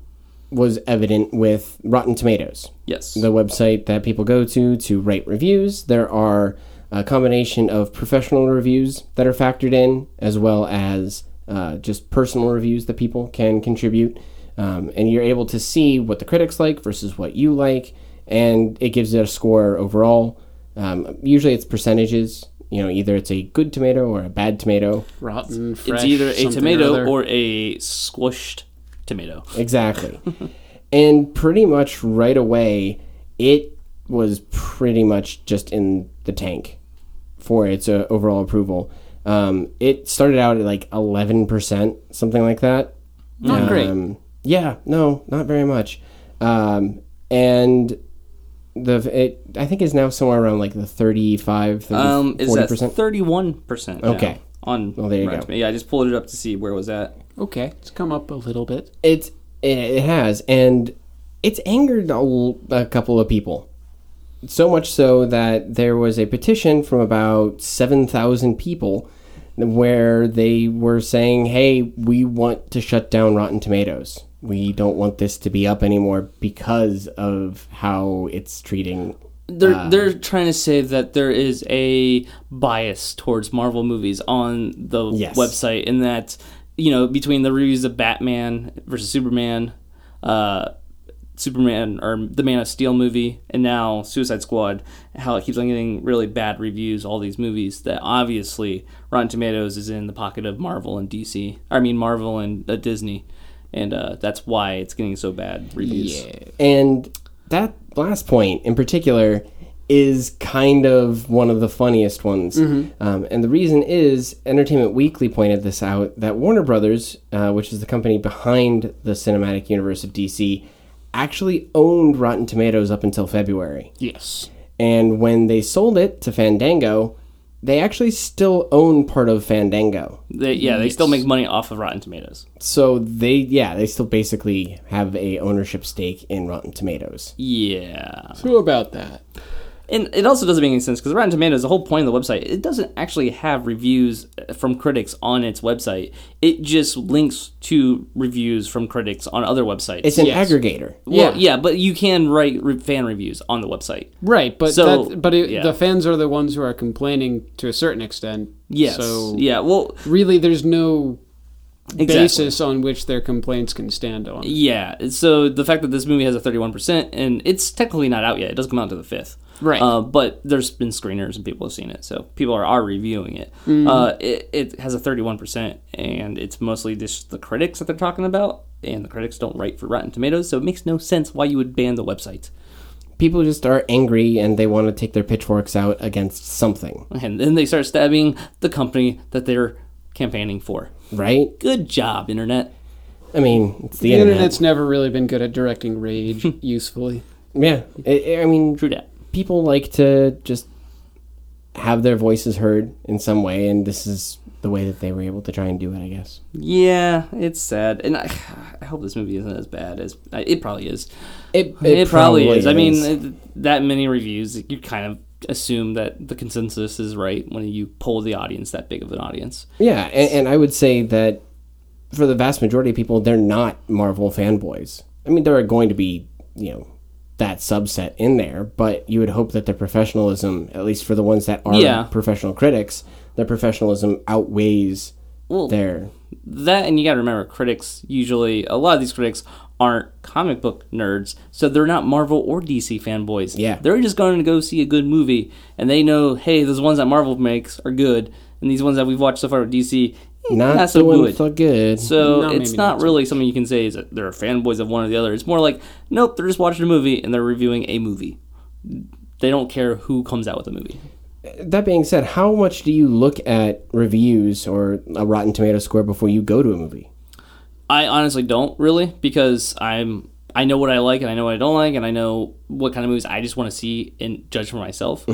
S1: was evident with Rotten Tomatoes,
S2: Yes.
S1: the website that people go to to rate reviews. There are a combination of professional reviews that are factored in, as well as uh, just personal reviews that people can contribute. Um, and you're able to see what the critics like versus what you like, and it gives it a score overall. Um, usually it's percentages. You know, either it's a good tomato or a bad tomato.
S3: Rotten, fresh.
S2: It's either a
S3: something
S2: tomato
S3: other.
S2: or a squished tomato.
S1: Exactly. [laughs] and pretty much right away, it was pretty much just in the tank for its uh, overall approval. Um, it started out at like 11%, something like that.
S3: Not great.
S1: Um, yeah, no, not very much. Um, and the it I think is now somewhere around like the 35, 30,
S2: Um, is that
S1: 40%.
S2: thirty-one percent?
S1: Okay.
S2: On
S1: Well, there you
S2: Rotten
S1: go.
S2: Tomato- Yeah, I just pulled it up to see where it was at.
S3: Okay, it's come up a little bit.
S1: It's it, it has and it's angered a, l- a couple of people so much so that there was a petition from about 7,000 people where they were saying hey we want to shut down rotten tomatoes we don't want this to be up anymore because of how it's treating
S2: They're they're trying to say that there is a bias towards Marvel movies on the
S1: Yes.
S2: website, and that you know between the reviews of Batman versus Superman, uh, Superman or the Man of Steel movie, and now Suicide Squad, how it keeps on getting really bad reviews. All these movies that obviously Rotten Tomatoes is in the pocket of Marvel and DC. I mean Marvel and uh, Disney, and uh, that's why it's getting so bad reviews.
S1: And that last point in particular is kind of one of the funniest ones. Um, and the reason is Entertainment Weekly pointed this out that Warner Brothers, uh, which is the company behind the cinematic universe of DC, actually owned Rotten Tomatoes up until February.
S3: Yes.
S1: And when they sold it to Fandango, they actually still own part of Fandango.
S2: They, yeah, they still make money off of Rotten Tomatoes.
S1: So they, yeah, they still basically have a ownership stake in Rotten Tomatoes.
S2: Yeah.
S3: So about that.
S2: And it also doesn't make any sense because Rotten Tomatoes, the whole point of the website, it doesn't actually have reviews uh, from critics on its website. It just links to reviews from critics on other websites.
S1: It's an
S3: Yes.
S1: aggregator.
S2: well,
S3: Yeah.
S2: yeah. but you can write re- fan reviews on the website.
S3: Right, but
S2: So,
S3: that, but it,
S2: yeah.
S3: the fans are the ones who are complaining to a certain extent.
S2: Yes.
S3: So
S2: yeah. Well,
S3: really, there's no
S2: Exactly.
S3: basis on which their complaints can stand on.
S2: yeah. So the fact that this movie has a 31% and it's technically not out yet, it doesn't come out to the 5th.
S3: Right.
S2: Uh, but there's been screeners and people have seen it, so people are, are reviewing it. Uh, it. It has a 31%, and it's mostly just the critics that they're talking about, and the critics don't write for Rotten Tomatoes, so it makes no sense why you would ban the website.
S1: people just are angry and they want to take their pitchforks out against something,
S2: And then they start stabbing the company that they're campaigning for.
S1: right?
S2: Good job, Internet.
S1: I mean, it's the,
S3: The
S1: internet.
S3: internet's never really been good at
S1: [laughs]
S3: directing rage usefully.
S1: Yeah, I- I mean,
S2: True that.
S1: people like to just have their voices heard in some way, and this is the way that they were able to try and do it. I guess
S2: Yeah, it's sad, and I, I hope this movie isn't as bad as I- it probably is.
S1: it.
S2: It, probably, is. I mean, it, that many reviews, you kind of assume that the consensus is right when you poll the audience, that big of an audience.
S1: yeah, and, and I would say that for the vast majority of people, they're not Marvel fanboys. I mean, there are going to be you know that subset in there, but you would hope that their professionalism, at least for the ones that are
S2: Yeah.
S1: professional critics, their professionalism outweighs
S2: Well,
S1: their
S2: that, and you got to remember, critics usually, a lot of these critics aren't comic book nerds, so they're not Marvel or DC fanboys.
S1: Yeah.
S2: They're just going to go see a good movie, and they know, hey, those ones that Marvel makes are good, and these ones that we've watched so far with DC, eh,
S1: not,
S2: not, so
S1: doing
S2: good.
S1: so good.
S2: So
S3: No,
S2: it's
S3: maybe
S2: not
S3: not.
S2: really something you can say is that they're fanboys of one or the other. It's more like, nope, they're just watching a movie and they're reviewing a movie. They don't care who comes out with the movie.
S1: that being said, how much do you look at reviews or a Rotten Tomato score before you go to a movie?
S2: I honestly don't really because I'm I know what I like and I know what I don't like and I know what kind of movies I just want to see and judge for myself.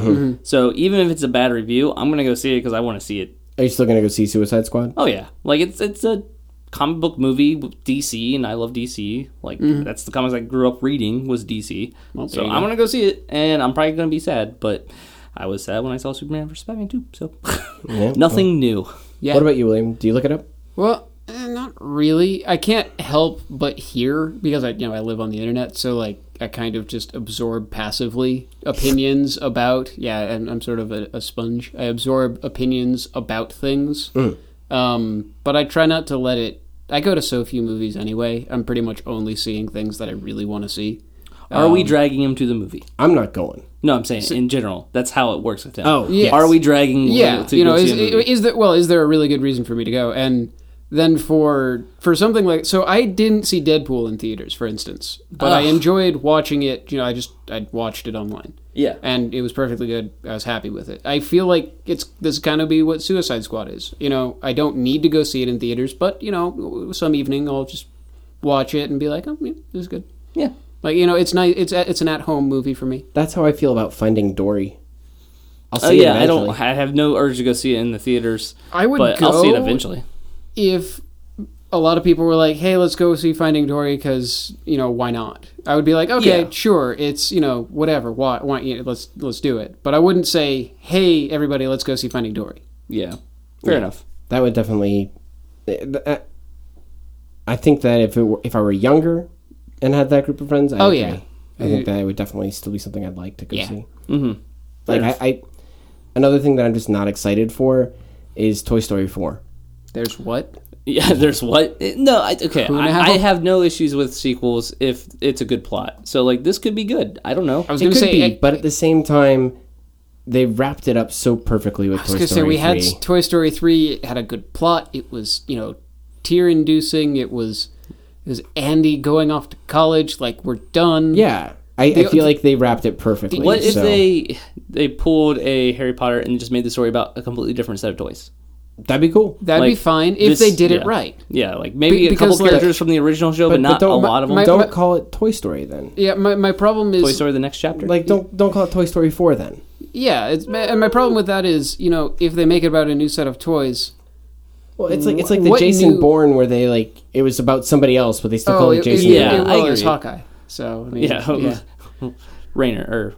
S2: So even if it's a bad review, I'm gonna go see it because I want to see it.
S1: Are you still going to go see Suicide Squad?
S2: Oh yeah, like it's it's a comic book movie with DC and I love DC. Like that's the comics I grew up reading was DC. so
S3: Mm-hmm. there you
S2: I'm gonna go see it and I'm probably gonna be sad, but I was sad when I saw Superman vs Batman too. So [laughs] nothing new.
S3: Yeah.
S1: What about you, William? Do you look it up?
S3: Well, eh, not really. I can't help but hear because I you know I live on the internet, so like I kind of just absorb passively
S1: [laughs]
S3: opinions about. Yeah, I'm, I'm sort of a, a sponge. I absorb opinions about things,
S1: Hmm.
S3: um, but I try not to let it. I go to so few movies anyway. I'm pretty much only seeing things that I really want to see.
S2: Are
S3: Um,
S2: we dragging him to the movie?
S1: I'm not going.
S2: No, I'm saying in general. That's how it works with him.
S1: Oh,
S3: yes.
S2: are we dragging?
S3: yeah
S2: Will to
S3: you
S2: go
S3: know
S2: see
S3: is,
S2: a movie?
S3: is there well is there a really good reason for me to go and then for for something like so i didn't see deadpool in theaters for instance but i
S2: Ugh.
S3: enjoyed watching it you know i just i watched it online
S2: yeah.
S3: and it was perfectly good i was happy with it i feel like it's this kind of be what suicide squad is you know i don't need to go see it in theaters but you know some evening i'll just watch it and be like oh yeah, this is good
S2: Yeah.
S3: like you know it's nice it's a- it's an at-home movie for me
S1: That's how I feel about Finding Dory. I'll see
S2: Oh
S1: it
S2: yeah, I
S1: eventually.
S2: don't. I have no urge to go see it in the theaters.
S3: I would
S2: but I'll see it
S3: go-
S2: eventually.
S3: if a lot of people were like, "Hey, let's go see Finding Dory," because you know why not? I would be like, "Okay,
S2: Yeah.
S3: sure, it's you know whatever. Why? Why? You know, let's let's do it." But I wouldn't say, "Hey, everybody, let's go see Finding Dory."
S2: Yeah, fair
S1: Yeah.
S2: enough.
S1: That would definitely. I- I think that if it were, if I were younger and had that group of friends, I
S3: Oh,
S1: agree.
S3: yeah. Mm-hmm.
S1: I think that would definitely still be something I'd like to go
S3: Yeah.
S1: see.
S2: Mm-hmm.
S1: Like I, I, another thing that I'm just not excited for is Toy Story Four.
S3: There's what? [laughs]
S2: Yeah, there's what? eh, No, I, okay.
S3: Who now?
S2: I, I have no issues with sequels if it's a good plot. So like this could be good. I don't know.
S3: I was
S1: It
S3: going
S1: could
S3: to say.
S1: be,
S3: I-
S1: but at the same time, they wrapped it up so perfectly with
S3: I was
S1: Toy
S3: going to say
S1: Story
S3: we
S1: 3.
S3: had s- Toy Story three. It had a good plot. It was you know tear inducing. It was it was Andy going off to college. Like we're done.
S1: yeah, I, I
S3: The-
S1: feel like they wrapped it perfectly.
S2: What if
S1: so
S2: they they pulled a Harry Potter and just made the story about a completely different set of toys?
S1: That'd be cool.
S3: that'd be
S2: Like,
S3: fine
S2: this-
S3: if they did
S2: yeah.
S3: it right.
S2: Yeah, like maybe a
S3: because,
S2: couple
S3: like-
S2: characters from the original show, but,
S1: but
S2: not a
S1: don't-
S2: lot of them.
S3: my-
S1: Don't call it Toy Story then.
S3: Yeah, my, my problem is
S2: Toy Story: The Next Chapter.
S1: Like don't don't call it Toy Story Four then.
S3: Yeah, it's, my- and my problem with that is, you know, if they make it about a new set of toys,
S1: Well, it's like it's like
S3: Wh-
S1: the
S3: what
S1: Jason
S3: new-
S1: Bourne where they like it was about somebody else, but they still call
S3: oh,
S1: it
S3: it, it,
S1: Jason.
S2: yeah.
S1: Bourne.
S3: it, well,
S2: I
S3: it was
S2: agree.
S3: Hawkeye. So I mean,
S2: [laughs] [laughs] yeah, Rainer or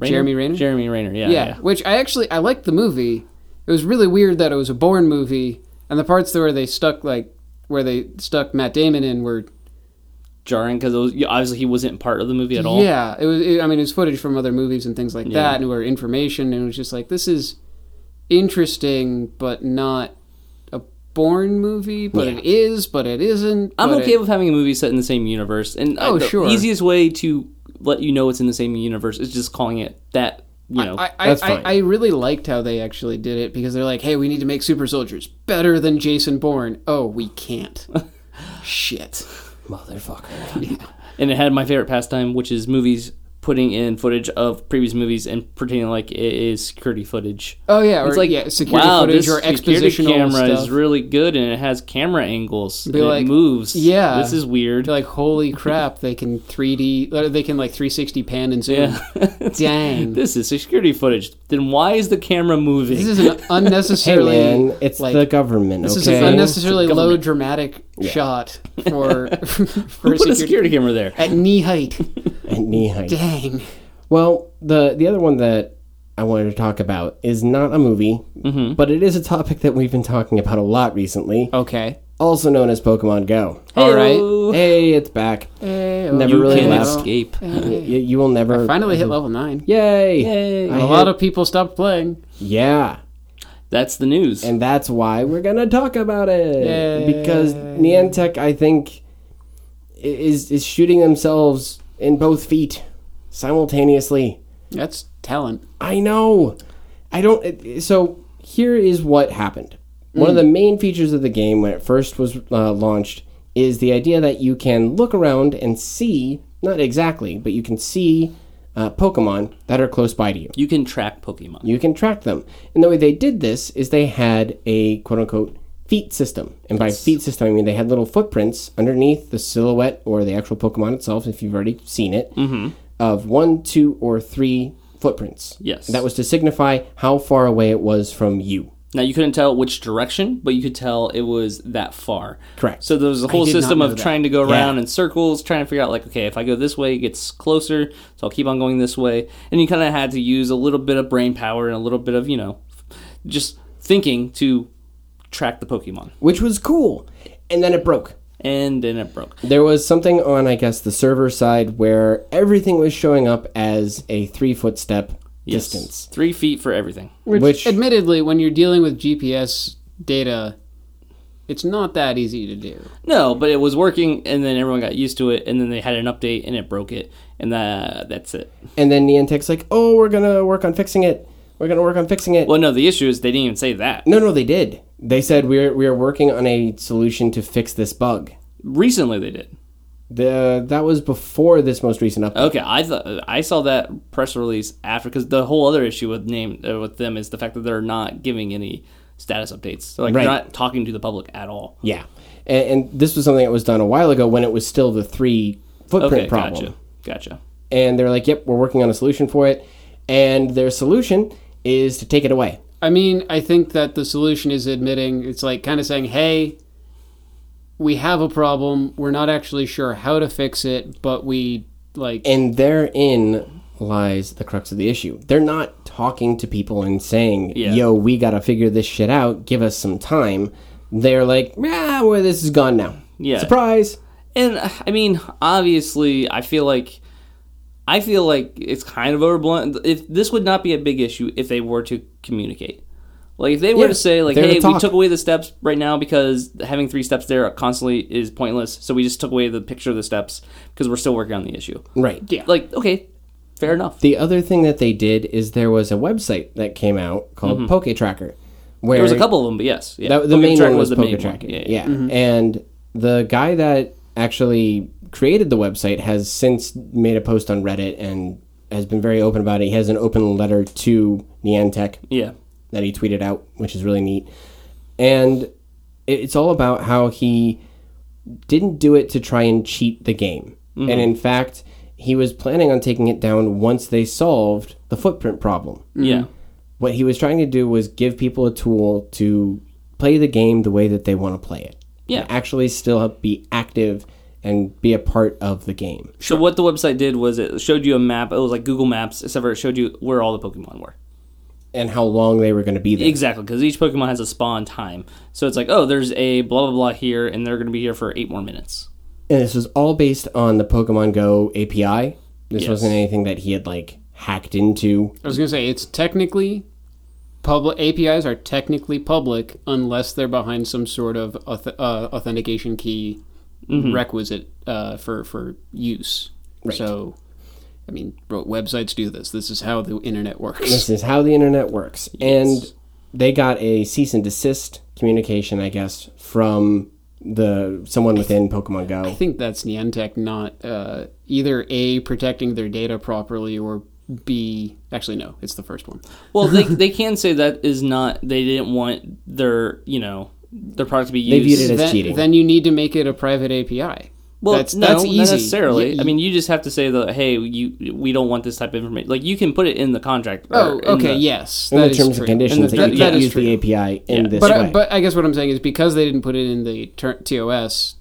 S2: Rainer?
S3: Jeremy Renner?
S2: Jeremy Rainer. Yeah,
S3: yeah,
S2: yeah.
S3: Which I actually I liked the movie. It was really weird that it was a Bourne movie, and the parts where they stuck like where they stuck Matt Damon in were
S2: jarring because yeah, obviously he wasn't part of the movie at all.
S3: yeah. It was it, I mean it was footage from other movies and things like
S2: Yeah.
S3: that, and where information and it was just like this is interesting, but not a Bourne movie, but it is, but it isn't.
S2: I'm
S3: but
S2: okay
S3: it-
S2: with having a movie set in the same universe. And I-
S3: Oh,
S2: the
S3: sure.
S2: easiest way to let you know it's in the same universe is just calling it that. You know,
S3: I, I,
S1: That's
S3: I,
S1: fine.
S3: I really liked how they actually did it because they're like, hey, we need to make super soldiers better than Jason Bourne. Oh, we
S2: [laughs]
S3: can't. Shit.
S1: Motherfucker.
S2: and it had my favorite pastime, which is movies putting in footage of previous movies and pretending like it is security footage.
S3: Oh yeah, or
S2: It's like
S3: yeah, security
S2: wow,
S3: footage
S2: this
S3: or
S2: security
S3: expositional
S2: camera
S3: stuff.
S2: is really good, and it has camera angles. and
S3: like,
S2: it moves.
S3: yeah.
S2: this is weird.
S3: You're like, holy crap, they can 3D, or they can like 360 pan and zoom. [laughs] Dang, this
S2: this is security footage. Then why is the camera moving?
S3: is an
S1: Hey
S3: unnecessarily.
S1: man, it's
S3: like,
S1: the government.
S3: This is
S1: okay?
S3: an unnecessarily
S2: Government.
S3: low dramatic
S2: [laughs]
S3: shot for [laughs] for
S2: Who put a security camera there?
S3: at
S2: [laughs]
S3: knee height.
S1: [laughs] And knee height.
S3: Dang.
S1: Well, the the other one that I wanted to talk about is not a movie,
S3: Mm-hmm.
S1: but it is a topic that we've been talking about a lot recently,
S3: Okay.
S1: also known as Pokemon Go.
S3: All right.
S2: Hello.
S1: Hey, it's back. Never
S2: You
S1: really
S2: can't
S1: left.
S2: escape.
S1: Y- You, will never
S3: Finally hit level nine.
S1: Mm-hmm. Yay!
S2: Yay.
S1: I
S3: A
S1: hit-
S3: lot of people stopped playing.
S1: yeah.
S2: That's the news.
S1: and that's why we're gonna talk about it
S3: Yay.
S1: because Niantic, I think, i- is is shooting themselves in both feet simultaneously.
S3: That's talent.
S1: I know. I don't. it- it- So here is what happened. One of the main features of the game when it first was uh, launched is the idea that you can look around and see, not exactly, but you can see uh, Pokemon that are close by to you
S2: you can track Pokemon.
S1: you can track them. And the way they did this is they had a quote unquote feet system. And by feet system, I mean they had little footprints underneath the silhouette or the actual Pokemon itself, if you've already seen it,
S2: Mm-hmm.
S1: of one, two, or three footprints.
S2: Yes.
S1: That was to signify how far away it was from you.
S2: Now you couldn't tell which direction, but you could tell it was that far.
S1: Correct.
S2: So there was a whole
S3: did not
S2: system
S3: know
S2: of
S3: that.
S2: trying to go around in circles, trying to figure out like, okay, if I go this way, it gets closer, so I'll keep on going this way. And you kind of had to use a little bit of brain power and a little bit of you know, just thinking to track the Pokemon.
S1: Which was cool. And then it broke.
S2: and then it broke.
S1: There was something on, I guess, the server side where everything was showing up as a three foot step
S2: Yes.
S1: distance.
S2: Three feet for everything.
S3: Which,
S1: Which-
S3: admittedly, when you're dealing with GPS data, it's not that easy to do.
S2: No, but it was working, and then everyone got used to it, and then they had an update, and it broke it, and that that's it.
S1: And then Niantic's like, oh, we're going to work on fixing it. We're going to work on fixing it.
S2: Well, no, the issue is they didn't even say that.
S1: no, no, they did. They said, we're, we're working on a solution to fix this bug.
S2: Recently, they did.
S1: The, that was before this most recent update.
S2: Okay, I thought I saw that press release after because the whole other issue with name uh, with them is the fact that they're not giving any status updates. So, like
S1: Right.
S2: they're not talking to the public at all.
S1: Yeah. And, and this was something that was done a while ago when it was still the three footprint
S2: Okay,
S1: problem.
S2: gotcha, gotcha.
S1: And they're like, yep, we're working on a solution for it. And their solution is to take it away.
S3: I mean, I think that the solution is admitting it's like kind of saying, "Hey, we have a problem. We're not actually sure how to fix it, but we like
S1: And therein lies the crux of the issue. They're not talking to people and saying,
S2: Yeah.
S1: yo, we got to figure this shit out. Give us some time. They're like, ah, well, this is gone now.
S2: Yeah.
S1: Surprise.
S2: And uh, I mean, obviously, I feel like I feel like it's kind of overblown. If this would not be a big issue if they were to communicate, like if they were
S1: Yeah,
S2: to say, like,
S1: they were to
S2: "Hey, we
S1: talk.
S2: took away the steps right now because having three steps there constantly is pointless, so we just took away the picture of the steps because we're still working on the issue."
S1: Right.
S2: Like, okay, fair enough.
S1: The other thing that they did is there was a website that came out called Poke Tracker. Where
S2: There Mm-hmm. was a couple of them, but yes, yeah.
S1: That, the
S2: Poketrack
S1: main one was,
S2: main
S1: Poker
S2: one.
S1: Tracker.
S2: Yeah,
S1: Yeah.
S2: yeah.
S1: And the guy that actually created the website has since made a post on Reddit and has been very open about it. He has an open letter to Niantic
S2: Yeah.
S1: that he tweeted out, which is really neat. And it- it's all about how he didn't do it to try and cheat the game.
S2: Mm-hmm.
S1: And in fact, he was planning on taking it down once they solved the footprint problem
S2: Mm-hmm. yeah.
S1: what he was trying to do was give people a tool to play the game the way that they want to play it.
S2: Yeah.
S1: And actually still be active and be a part of the game.
S2: So what the website did was it showed you a map. It was like Google Maps, except for it showed you where all the Pokemon were.
S1: And how long they were going to be there.
S2: Exactly, because each Pokemon has a spawn time. So it's like, oh, there's a blah blah blah here, and they're going to be here for eight more minutes.
S1: and this was all based on the Pokemon Go API. This
S2: Yes.
S1: wasn't anything that he had like hacked into.
S3: I was gonna say it's technically public. APIs are technically public unless they're behind some sort of auth- uh, authentication key
S2: Mm-hmm.
S3: requisite uh, for for use. So, I mean, bro, websites do this. This is how the internet works.
S1: This is how the internet works. And they got a cease and desist communication, I guess, from the someone within Pokemon Go.
S3: I think that's Niantic not uh, either a protecting their data properly or b actually no, it's the first one.
S2: Well, [laughs] they they can say that is not they didn't want their you know their product to be
S1: They
S2: used.
S1: viewed it as
S3: Then,
S1: cheating.
S3: then you need to make it a private API.
S2: well,
S3: that's,
S2: no,
S3: that's
S2: not
S3: easy.
S2: necessarily.
S3: You-
S2: I mean, you just have to say that hey, you we don't want this type of information. Like you can put it in the contract. or
S3: Oh,
S2: in
S3: okay,
S2: the-
S3: yes.
S1: in
S3: that
S1: the
S3: is
S1: terms
S3: true.
S1: and conditions
S3: the-
S1: that, you
S3: that-
S1: can't
S3: that
S1: use
S3: is
S1: the API in
S2: Yeah.
S1: this
S3: But
S1: way.
S3: I, but I guess what I'm saying is because they didn't put it in the ter- TOS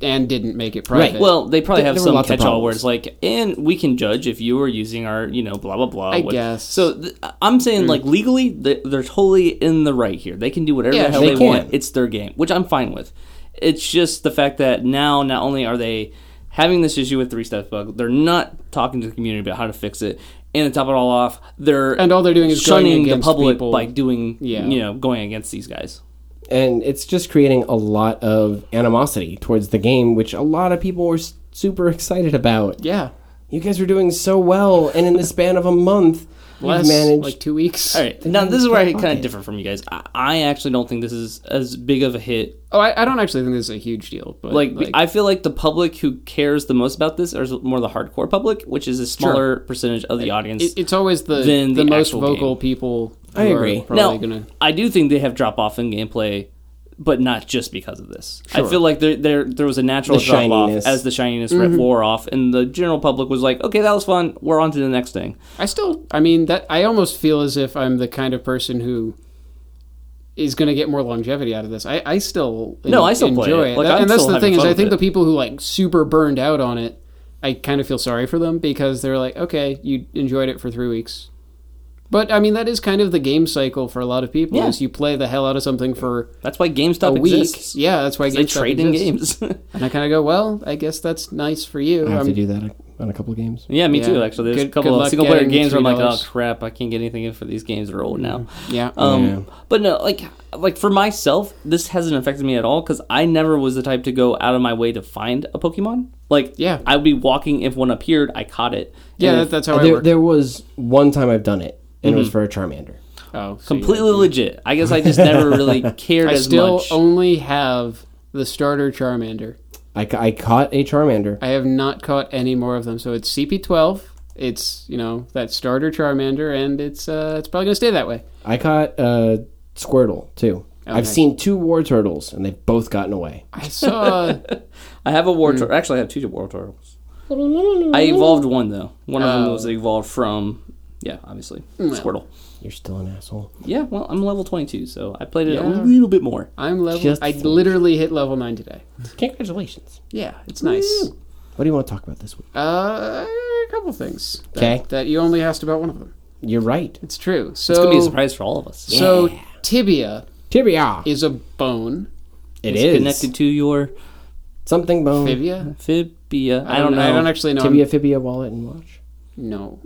S3: and didn't make it private.
S2: Well, they probably
S1: There-
S2: have
S1: there were
S2: some
S1: lots of
S2: catch-all where
S1: problems.
S2: it's like, and we can judge if you were using our, you know, blah blah blah.
S3: I
S2: What-
S3: guess. Hmm.
S2: So th- I'm saying, like legally, they- they're totally in the right here. They can do whatever
S3: Yeah,
S2: the hell
S1: they
S2: they,
S1: can.
S2: want. It's their game, which I'm fine with. It's just the fact that now, not only are they having this issue with three steps bug, they're not talking to the community about how to fix it. And to top it all off, they're
S3: And all they're doing is going
S2: shunning the
S3: against
S2: public
S3: people.
S2: by doing,
S3: Yeah.
S2: you know, going against these guys.
S1: and it's just creating a lot of animosity towards the game, which a lot of people were s- super excited about.
S3: yeah.
S1: You guys were doing so well, and in the span of a month,
S3: Less,
S1: you've managed.
S3: like two weeks.
S2: All right, now this is where I kind
S1: pocket.
S2: of differ from you guys. I, I actually don't think this is as big of a hit
S3: Oh, I, I don't actually think this is a huge deal. But
S2: like,
S3: like,
S2: I feel like the public who cares the most about this are more the hardcore public, which is a smaller percentage of the audience.
S3: it, it's always the
S2: Then
S3: the,
S2: the
S3: most
S2: actual
S3: vocal people. Who
S1: I
S3: are
S1: agree.
S3: Probably
S2: now,
S3: gonna.
S2: I do think they have drop off in gameplay, but not just because of this. I feel like there there there was a natural
S1: The
S2: drop off
S1: shininess. Mm-hmm.
S2: as the shininess rep wore off, and the general public was like, "Okay, that was fun. We're on to the next thing."
S3: I still. I mean, that I almost feel as if I'm the kind of person who is going to get more longevity out of this. I, I still
S2: No, I still play
S3: enjoy
S2: it. Like,
S3: That-
S2: I'm
S3: and that's
S2: still
S3: the
S2: having
S3: thing is,
S2: fun
S3: I
S2: with
S3: think
S2: it.
S3: the people who like super burned out on it, I kind of feel sorry for them because they're like, okay, you enjoyed it for three weeks, But I mean, that is kind of the game cycle for a lot of people.
S2: Yeah.
S3: Is you play the hell out of something for
S2: That's why GameStop
S3: a week.
S2: exists.
S3: Yeah, that's why
S2: They
S3: GameStop
S2: trade in
S3: exists.
S2: games. [laughs]
S3: And I kind of go, well, I guess that's nice for you.
S1: I have
S3: I'm-
S1: to do that on a couple of games.
S2: yeah, me
S3: Um, Yeah.
S2: too. Actually, there's a
S3: Good-
S2: couple
S3: good
S2: of
S3: luck
S2: single player
S3: getting
S2: games where I'm like, oh
S3: $3.
S2: crap, I can't get anything in for these games. They're old now.
S3: Mm-hmm. yeah.
S2: Um,
S1: Yeah.
S2: But no, like, like for myself, this hasn't affected me at all because I never was the type to go out of my way to find a Pokemon. Like,
S3: Yeah.
S2: I would be walking if one appeared, I caught it.
S3: yeah,
S2: And
S3: that,
S2: if-
S3: that's how I
S1: Uh, there,
S3: work. Mm-hmm.
S1: there was one time I've done it, and it was for a Charmander.
S3: oh, so you're-
S2: completely legit. I guess I just never
S3: [laughs]
S2: really cared
S3: I
S2: as
S3: still
S2: much.
S3: only have the starter Charmander.
S1: I, ca- I caught a Charmander.
S3: I have not caught any more of them. So it's CP12. It's you know that starter Charmander, and it's uh, it's probably gonna stay that way.
S1: I caught a Squirtle too.
S3: Oh,
S1: I've seen two War Turtles, and they've both gotten away.
S2: [laughs]
S3: I saw
S2: I have a War
S3: Mm.
S2: Turtle. Actually, I have two War Turtles. I evolved one, though. One of them
S3: Oh.
S2: was evolved from, yeah, obviously, Squirtle.
S1: You're still an asshole.
S2: Yeah, well, I'm level 22, so I played it a
S3: Yeah.
S2: little bit more.
S3: I'm level.
S1: Just
S3: I
S1: foolish.
S3: literally hit level nine today.
S1: Congratulations.
S3: Yeah, it's nice.
S1: What do you want to talk about this week?
S3: Uh, a couple things. that-
S1: 'Kay.
S3: That, you only asked about one of them.
S1: You're right.
S3: It's true. So
S2: It's going to be a surprise for all of us.
S3: So tibia
S1: Tibia.
S3: is a bone.
S1: It
S2: it's
S1: is
S2: connected to your
S1: something bone.
S3: Tibia.
S2: fibia. I don't, know.
S3: I don't actually know.
S1: Tibia, fibia, wallet, and watch.
S3: No.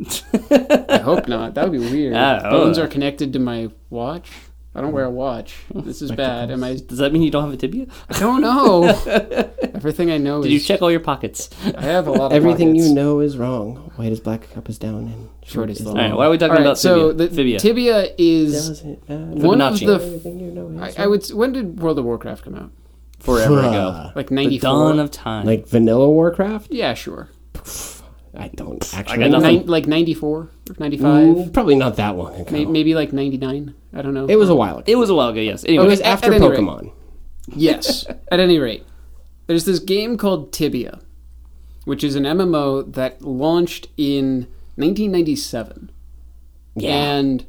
S3: I hope not. That would be weird.
S2: Ah, oh.
S3: Bones are connected to my watch. I don't wear a watch. This is bad. Am I?
S2: Does that mean you don't have a tibia?
S3: I don't know. Everything I know
S2: Did you
S3: is
S2: check all your pockets?
S3: I have a lot of
S1: Everything
S3: pockets.
S1: you know is wrong. White is black, cup is down, and
S3: Short is long.
S2: All right, why are we talking
S3: All right,
S2: about
S3: so
S2: tibia?
S3: the
S2: fibia.
S3: tibia is.
S1: Doesn't matter.
S3: One of
S2: Fibonacci.
S3: the.
S1: Everything you know
S3: I,
S1: is
S3: I would. s- When did World of Warcraft come out?
S2: Forever
S1: Uh,
S2: ago.
S3: Like
S2: The
S3: ninety four.
S2: dawn of time.
S1: like vanilla Warcraft.
S3: yeah, sure.
S1: I don't
S2: I
S1: actually.
S2: got
S1: know.
S2: nothing.
S3: Nin, like 94, 95,
S1: Mm, Probably not that long ago.
S3: may, maybe like 99. I don't know.
S1: It was a while ago.
S2: it was a while ago, yes.
S1: It
S2: Anyway,
S1: was
S3: at-
S1: after
S3: at any rate.
S1: Pokemon.
S3: Yes. [laughs] At any rate, there's this game called Tibia, which is an MMO that launched in 1997.
S1: Yeah.
S3: And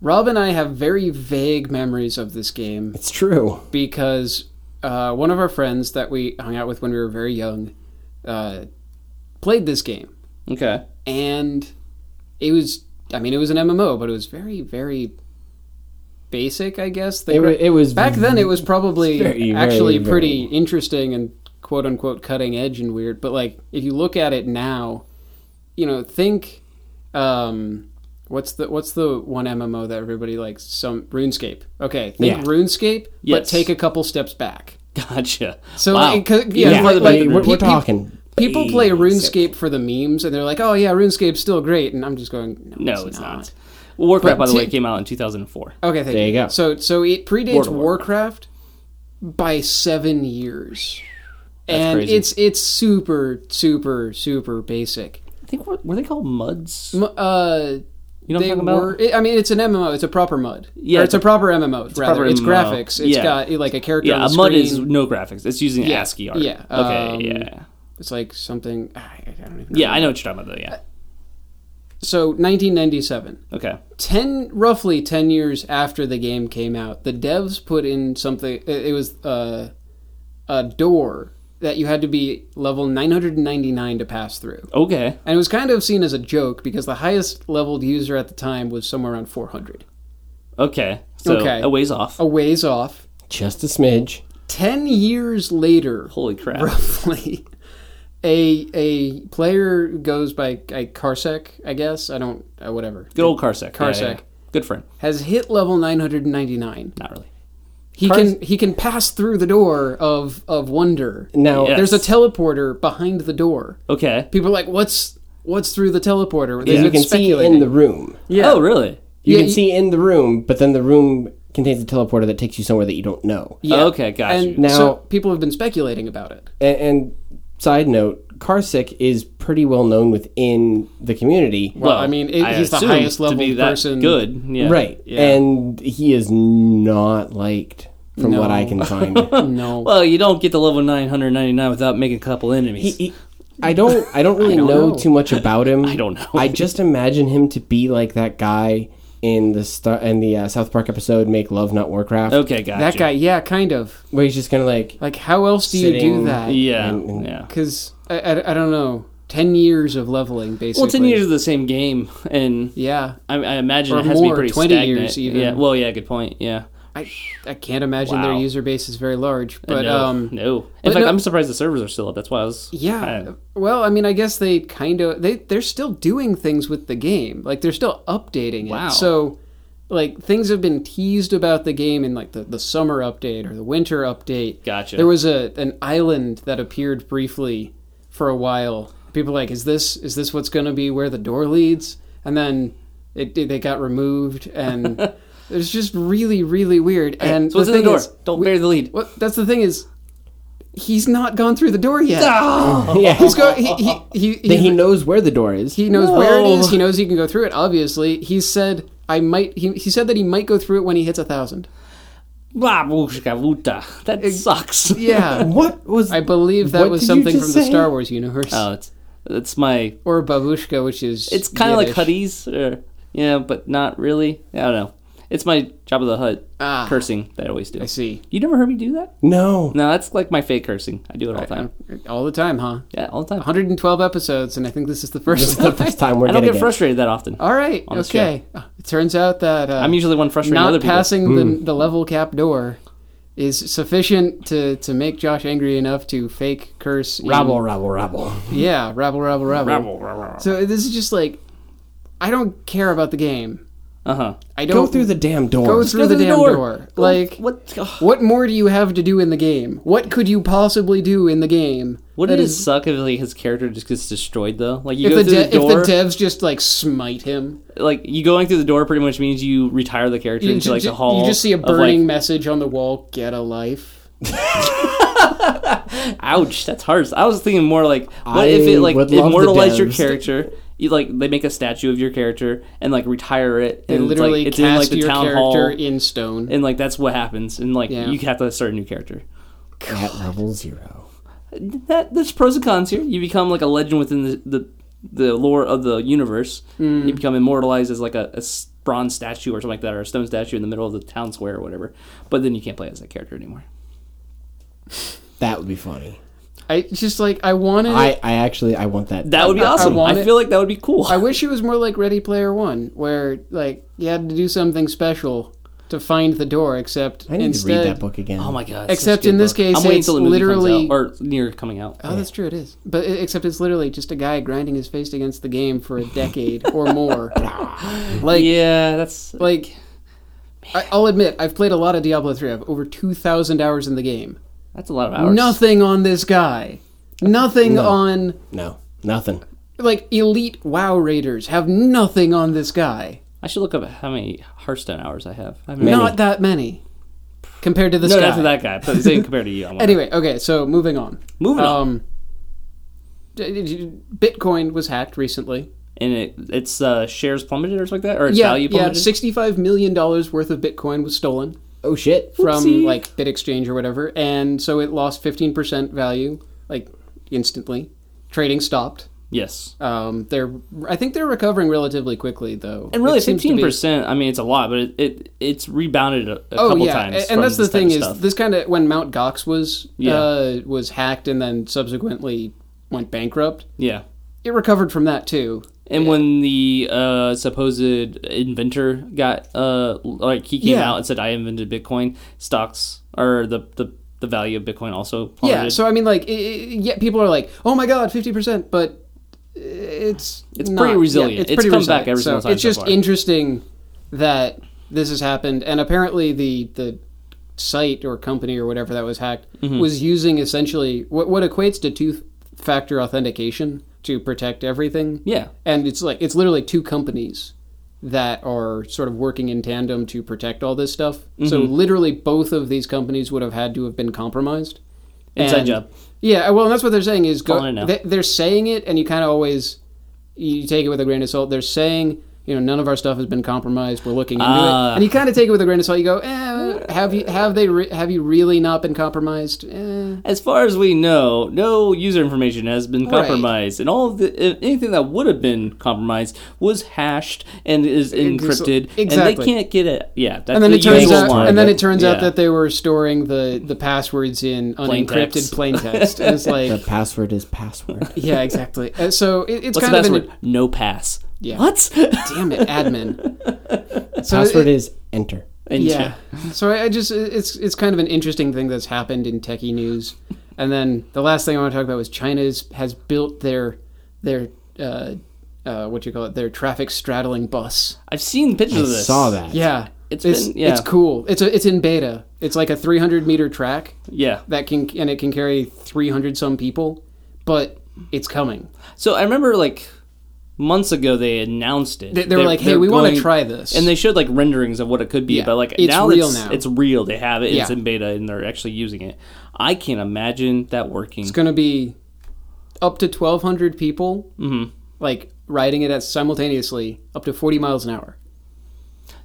S3: Rob and I have very vague memories of this game
S1: It's true.
S3: because uh, one of our friends that we hung out with when we were very young uh, played this game.
S2: okay. [laughs]
S3: And it was, I mean, it was an MMO, but it was very, very basic, I guess. The
S1: It, wa-
S3: gra-
S1: it was
S3: Back then, it was probably
S1: Very, very,
S3: actually
S1: very-
S3: pretty interesting and quote unquote cutting edge and weird. But like, if you look at it now, you know, think, um, what's the what's the one MMO that everybody likes? Some RuneScape. Okay, think
S1: Yeah.
S3: RuneScape, but
S2: Yes.
S3: take a couple steps back.
S2: Gotcha.
S3: So
S2: wow.
S3: like, 'cause- yeah,
S1: Yeah,
S3: like,
S1: but
S3: like,
S1: we're-
S3: pe-
S1: we're
S3: pe-
S1: talking
S3: People play
S2: basic.
S3: RuneScape for the memes, and they're like, "Oh yeah, RuneScape's still great," and I'm just going, "No,
S2: no, it's not. Well, Warcraft, by the
S3: ti-
S2: way, came out in 2004.
S3: Okay, thank
S1: There you go.
S3: So so it predates
S2: World of
S3: Warcraft by seven years, and
S2: crazy.
S3: it's it's super super super basic.
S2: I think, were, were they called MUDs? You
S3: M- Uh,
S2: know what
S3: they
S2: I'm talking about?
S3: were. I mean, it's an MMO. It's a proper mud.
S2: Yeah,
S3: or it's a proper MMO. rather,
S2: proper
S3: it's
S2: MMO.
S3: graphics. It's
S2: Yeah.
S3: got eh, like a character.
S2: yeah,
S3: on
S2: a
S3: the
S2: MUD is
S3: screen.
S2: no graphics. It's using
S3: Yeah,
S2: ASCII art.
S3: yeah,
S2: Okay,
S3: um,
S2: yeah.
S3: It's like something. I I don't even. Know.
S2: Yeah, I know what you're talking about, though, yeah.
S3: So 1997.
S2: Okay.
S3: 10 roughly 10 years after the game came out the devs put in something it it was uh, a door that you had to be level 999 to pass through
S2: Okay.
S3: and it was kind of seen as a joke because the highest leveled user at the time was somewhere around 400
S2: Okay. So,
S3: Okay. Oh.
S2: a ways off.
S3: a ways off
S1: just a smidge.
S3: 10 years later
S2: Holy crap.
S3: [laughs] roughly a a player goes by I Karsek I guess I don't uh, whatever
S2: Good old Karsek. Yeah, yeah,
S3: Karsek.
S2: yeah. Good friend.
S3: has hit level 999
S2: Not really.
S3: He
S2: Cars-
S3: can he can pass through the door of of wonder.
S1: Now
S2: Yeah.
S3: There's a teleporter behind the door.
S2: Okay.
S3: People are like, what's what's through the teleporter? They've
S1: you
S3: been
S1: can see
S3: speculating.
S1: in the room.
S2: Oh, really?
S1: You
S3: Yeah,
S1: can
S3: you-
S1: see in the room, but then the room contains a teleporter that takes you somewhere that you don't know.
S3: Yeah.
S2: Okay, got
S3: and
S2: you.
S1: Now-
S3: so people have been speculating about it.
S1: And, and side note, Karsick is pretty well known within the community.
S3: Well, I mean, it, he's the
S2: assume
S3: highest level
S2: to be that
S3: person.
S2: Good, yeah.
S1: Right. And he is not liked from what I can
S3: [laughs]
S1: find.
S3: No,
S2: Well, you don't get to level 999 without making a couple enemies.
S1: He- I don't I don't really know,
S3: know.
S1: too much about him. I
S2: don't know.
S1: I just imagine him to be like that guy in the star in the uh, South Park episode Make Love Not Warcraft
S2: okay, gotcha.
S3: that guy. Yeah, kind of.
S1: where he's just kind of like
S3: Like, how else do you
S1: Sitting-
S3: do that?
S2: Yeah,
S1: And- and-
S2: yeah.
S3: Because I, I, I don't know. ten years of leveling basically.
S2: Well, ten years of the same game, and
S3: yeah,
S2: I, I imagine
S3: Or
S2: it has to be
S3: more,
S2: pretty
S3: 20
S2: stagnant.
S3: years even.
S2: Yeah. Well, yeah. Good point. Yeah.
S3: I I can't imagine
S2: Wow.
S3: their user base is very large, but
S2: no,
S3: um,
S2: no. In
S3: but
S2: fact,
S3: no-
S2: I'm surprised the servers are still up. That's why I was.
S3: Yeah.
S2: kinda-
S3: well, I mean, I guess they kind of they they're still doing things with the game. Like they're still updating
S2: Wow.
S3: it. So like things have been teased about the game in like the, the summer update or the winter update.
S2: Gotcha.
S3: There was a an island that appeared briefly for a while. People were like, is this is this what's going to be where the door leads? And then it, it they got
S2: [laughs]
S3: removed and it's just really really weird. And
S2: so what's
S3: the
S2: in the
S3: thing
S2: door?
S3: is-
S2: Don't bury the lead.
S3: well, that's the thing is, he's not gone through the door yet.
S2: Ah!
S1: yeah.
S3: He's go. He he he, he,
S1: Then uh, he knows where the door is.
S3: he knows
S2: No.
S3: where it is. He knows he can go through it. Obviously, he said I might. He, he said that he might go through it when he hits a thousand.
S2: Blah, wooshka, woota. That sucks. [laughs]
S3: Yeah,
S1: what was
S3: [laughs] I believe that
S1: What
S3: was
S1: did you
S3: something
S1: just
S3: from the
S1: say?
S3: Star Wars universe
S2: Oh, it's it's my.
S3: or babushka, which is
S2: It's kind of like
S3: Yiddish.
S2: Huddies, or yeah, but not really. I don't know. It's my job of the hut
S3: Ah.
S2: cursing that I always do.
S3: I see.
S2: You never heard me do that?
S1: No.
S2: No, that's like my fake cursing. I do it all the time.
S3: All the time, huh?
S2: Yeah, all the time.
S3: 112 episodes, and I think this is the
S2: [laughs]
S3: first.
S1: This is the first time we're
S2: I don't
S1: gonna
S2: get
S1: get.
S2: frustrated that often.
S3: All right.
S2: On this
S3: Okay. Uh, It turns out that uh,
S2: I'm usually one frustrating
S3: not
S2: other people.
S3: passing
S1: Hmm.
S3: the, the level cap door is sufficient to, to make Josh angry enough to fake curse. in-
S1: rabble, rabble, rabble.
S3: Yeah, rabble, rabble, rabble.
S2: Uh
S3: So this is just like, I don't care about the game.
S2: huh.
S3: I
S1: Go
S3: don't
S1: through the damn door.
S3: go through the, damn door. Like, [sighs] what?
S2: what? ugh.
S3: more do you have to do in the game? What could you possibly do in the game?
S2: Wouldn't
S3: that
S2: it suck if like his character just gets destroyed though? Like you
S3: If
S2: go
S3: the,
S2: through
S3: de-
S2: the door,
S3: if the devs just like smite him,
S2: like you going through the door pretty much means you retire the character
S3: you,
S2: into
S3: ju-
S2: like
S3: ju-
S2: the hall.
S3: you just see a
S2: of, like,
S3: burning message on the wall: "Get a life."
S2: Ouch, that's harsh. I was thinking more like, what
S1: I
S2: if it like
S1: would love the
S2: immortalized your
S1: devs.
S2: character? You like they make a statue of your character and like retire it,
S3: They
S2: and
S3: literally
S2: it's, like, it's in like
S3: cast
S2: the
S3: your
S2: town
S3: character
S2: hall,
S3: in stone.
S2: and like that's what happens, and like
S3: Yeah.
S2: you have to start a new character.
S1: At level zero.
S2: that there's pros and cons here. You become like a legend within the the, the lore of the universe.
S3: Mm.
S2: You become immortalized as like a, a s- bronze statue or something like that, or a stone statue in the middle of the town square or whatever. But then you can't play as that character anymore.
S1: That would be funny.
S3: I just like I wanted.
S1: I, I actually I want that.
S2: That would be
S3: I- I
S2: awesome. I,
S3: want it.
S2: feel like that would be cool.
S3: I wish it was more like Ready Player One, where like you had to do something special to find the door. Except
S1: I need
S3: instead,
S1: to read that book again.
S2: oh my god!
S3: Except in this case,
S2: I'm waiting
S3: it's
S2: till the movie
S3: literally-
S2: comes out, or near coming out.
S3: Oh, that's true. It is, but it, except it's literally just a guy grinding his face against the game for a
S2: [laughs]
S3: decade or more. Like,
S2: yeah, that's
S3: like I, I'll admit, I've played a lot of Diablo three. I have over two thousand hours in the game.
S2: that's a lot of hours.
S3: Nothing on this guy. Nothing on
S1: No, nothing.
S3: like elite WoW raiders have nothing on this guy.
S2: I should look up how many Hearthstone hours I have. I
S1: Many.
S3: Not that many compared to this
S2: no,
S3: guy.
S2: not to that guy, but the same compared to
S3: [laughs]
S2: you. I'm like,
S3: Anyway, okay, so moving on.
S2: Moving on.
S3: Um, d- d- d- Bitcoin was hacked recently.
S2: and it, it's uh, shares plummeted or something like that, or its
S3: Yeah,
S2: value
S3: yeah,
S2: plummeted.
S3: sixty-five million dollars worth of Bitcoin was stolen
S1: Oh shit.
S3: from
S2: Oopsie.
S3: like BitExchange or whatever, and so it lost fifteen percent value, like instantly. Trading stopped.
S2: yes,
S3: Um, they're, I think they're recovering relatively quickly though.
S2: And really,
S3: It seems to
S2: fifteen
S3: be-
S2: percent. I mean, it's a lot, but it, it it's rebounded a, a
S3: Oh
S2: couple
S3: yeah,
S2: times.
S3: a-
S2: from
S3: and that's the
S2: this type
S3: thing
S2: of
S3: is
S2: stuff.
S3: this kind of when Mount Gox was
S2: Yeah.
S3: uh, was hacked and then subsequently went bankrupt.
S2: yeah.
S3: It recovered from that too.
S2: And when the uh, supposed inventor got uh, like he came
S3: Yeah.
S2: out and said, "I invented Bitcoin," stocks or the the, the value of Bitcoin also plummeted.
S3: Yeah, so I mean, like, i i yeah, people are like, "Oh my god, fifty percent," but it's
S2: It's
S3: not.
S2: pretty resilient. It's come back every
S3: so
S2: single time
S3: It's
S2: so
S3: just
S2: far.
S3: interesting that this has happened, and apparently the the site or company or whatever that was hacked
S2: Mm-hmm.
S3: was using essentially what what equates to two factor authentication to protect everything.
S2: Yeah.
S3: and it's like it's literally two companies that are sort of working in tandem to protect all this stuff. So
S2: Mm-hmm.
S3: literally both of these companies would have had to have been compromised.
S2: Inside job.
S3: Yeah, well, that's what they're saying is
S2: Calling it
S3: go,
S2: now.
S3: they, they're saying it, and you kind of always you take it with a grain of salt. They're saying you know, none of our stuff has been compromised. We're looking into
S2: Ah.
S3: it, and you kind of take it with a grain of salt. You go, eh, have you have they re- have you really not been compromised? Eh.
S2: As far as we know, no user information has been compromised, and all of the a- anything that would have been compromised was hashed and is encrypted, and they
S3: exactly.
S2: can't get it. Yeah, that's
S3: And then
S2: the
S3: it turns
S2: usual
S3: out,
S2: line
S3: and then
S2: that-
S3: it turns out
S2: yeah.
S3: that they were storing the, the passwords in
S2: Plain
S3: unencrypted
S2: text.
S3: plain text.
S2: [laughs]
S3: And it's
S1: The
S3: like,
S1: password is password.
S3: yeah, exactly. Uh, so it, it's
S2: what's the
S3: kind of
S2: password?
S3: an,
S2: no pass.
S3: Yeah.
S2: What? [laughs]
S3: damn it, admin. [laughs] So it-
S1: password is enter.
S2: And
S3: yeah. So I, I just it's it's kind of an interesting thing that's happened in techie news. And then the last thing I want to talk about was China's has built their their uh, uh, what you call it their traffic straddling bus.
S2: I've seen pictures
S1: I
S2: of this.
S1: saw that.
S3: Yeah,
S2: It's been- yeah.
S3: it's cool. It's a, it's in beta. It's like a 300 meter track
S2: Yeah.
S3: that can and it can carry 300 some people, but it's coming.
S2: So I remember like months ago they announced it.
S3: They, they were
S2: They're-
S3: like, "Hey,
S2: they're
S3: we want
S2: going-
S3: to try this."
S2: And they showed like renderings of what it could be,
S3: Yeah.
S2: but like
S3: It's
S2: now
S3: real
S2: it's
S3: now.
S2: it's real. They have it. It's
S3: Yeah.
S2: in beta, and they're actually using it. I can't imagine that working.
S3: it's going to be up to 1200 people
S2: Mm-hmm.
S3: like riding it at simultaneously up to 40 miles an hour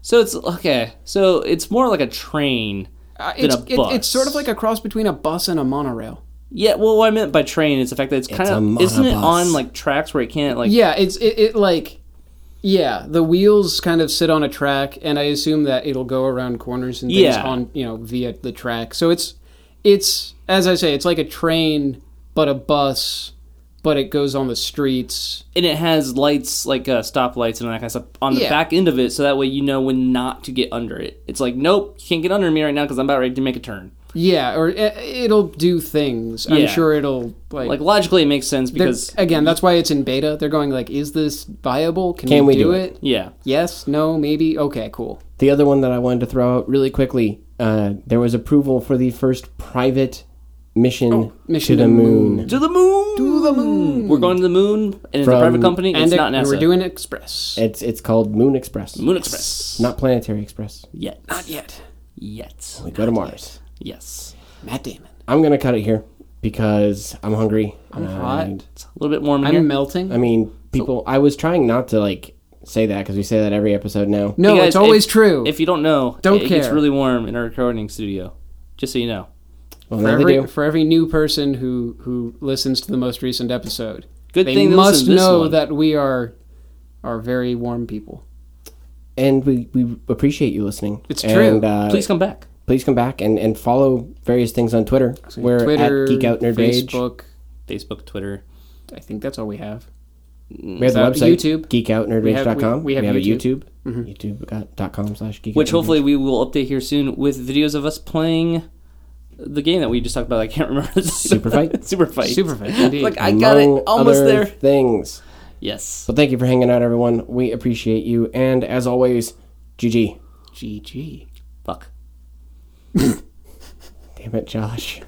S2: So it's okay. So it's more like a train
S3: Uh,
S2: than
S3: it's,
S2: a
S3: it-
S2: bus.
S3: it's sort of like a cross between a bus and a monorail
S2: yeah. Well, what I meant by train is the fact that it's kind of
S1: a
S2: isn't it
S1: monobus.
S2: on like tracks where it can't like
S3: yeah it's it, it like yeah the wheels kind of sit on a track and i assume that it'll go around corners and things
S2: Yeah.
S3: on you know via the track so it's it's as i say it's like a train but a bus but it goes on the streets
S2: and it has lights like uh, stoplights and all that kind of stuff on the
S3: Yeah.
S2: back end of it, so that way you know when not to get under it. It's like nope, you can't get under me right now because I'm about ready to make a turn.
S3: yeah or it, it'll do things
S2: Yeah.
S3: i'm sure it'll like
S2: Like logically, it makes sense
S3: They're-
S2: because
S3: again, that's why it's in beta. They're going like, is this viable? Can,
S1: Can we
S3: we, do
S1: do
S3: it?
S2: yeah,
S3: Yes, no, maybe. Okay, cool.
S1: The other one that I wanted to throw out really quickly, uh, there was approval for the first private mission,
S3: Oh, mission
S1: to the
S3: to
S1: moon.
S2: to the moon, to the moon. We're going to the moon, and it's a
S1: From-
S2: private company.
S3: And,
S2: it's
S3: it-
S2: not
S3: and
S2: NASA.
S3: we're doing Express.
S1: It's it's called Moon Express,
S2: Moon Express.
S1: not Planetary Express.
S2: yet,
S3: Not yet.
S2: yet.
S1: We go to Mars.
S2: Yes,
S3: Matt Damon.
S1: I'm gonna cut it here because I'm hungry. I'm
S3: hot.
S2: it's a little bit warm in
S3: I'm
S2: here.
S3: melting.
S1: I mean, people. I was trying not to like say that because we say that every episode now.
S3: no,
S2: Hey guys,
S3: it's always
S2: if-
S3: true.
S2: If you don't know,
S3: Don't
S2: it gets
S3: care.
S2: really warm in our recording studio. Just so you know,
S1: well,
S3: for
S1: now they
S3: every
S1: do.
S3: for every new person who who listens to the most recent episode,
S2: Good
S3: they
S2: thing they
S3: must
S2: listened to this
S3: know
S2: one.
S3: that we are are very warm people.
S1: and we, we appreciate you listening.
S3: It's
S1: and,
S3: true.
S1: Uh,
S2: please
S1: please,
S2: come back.
S1: please come back and, and follow various things on Twitter. We're
S3: Twitter,
S1: at Geek Out Nerd Rage.
S3: Facebook.
S2: Facebook, Twitter.
S3: I think that's all we have.
S1: We have the
S3: Uh,
S1: website
S3: YouTube. We have-
S1: geekoutnerdrage.com.
S3: we- we have
S1: we have
S3: YouTube.
S1: a YouTube. YouTube.com slash geek.
S3: [laughs]
S1: [laughs]
S2: Which hopefully we will update here soon with videos of us playing the game that we just talked about. I can't remember. [laughs]
S1: Super Fight?
S2: Super fight.
S3: Super fun, indeed.
S2: Like I got it almost there.
S1: Things.
S2: Yes.
S1: So thank you for hanging out, everyone. We appreciate you. And as always, GG.
S3: GG.
S2: Fuck.
S1: Damn it, Josh.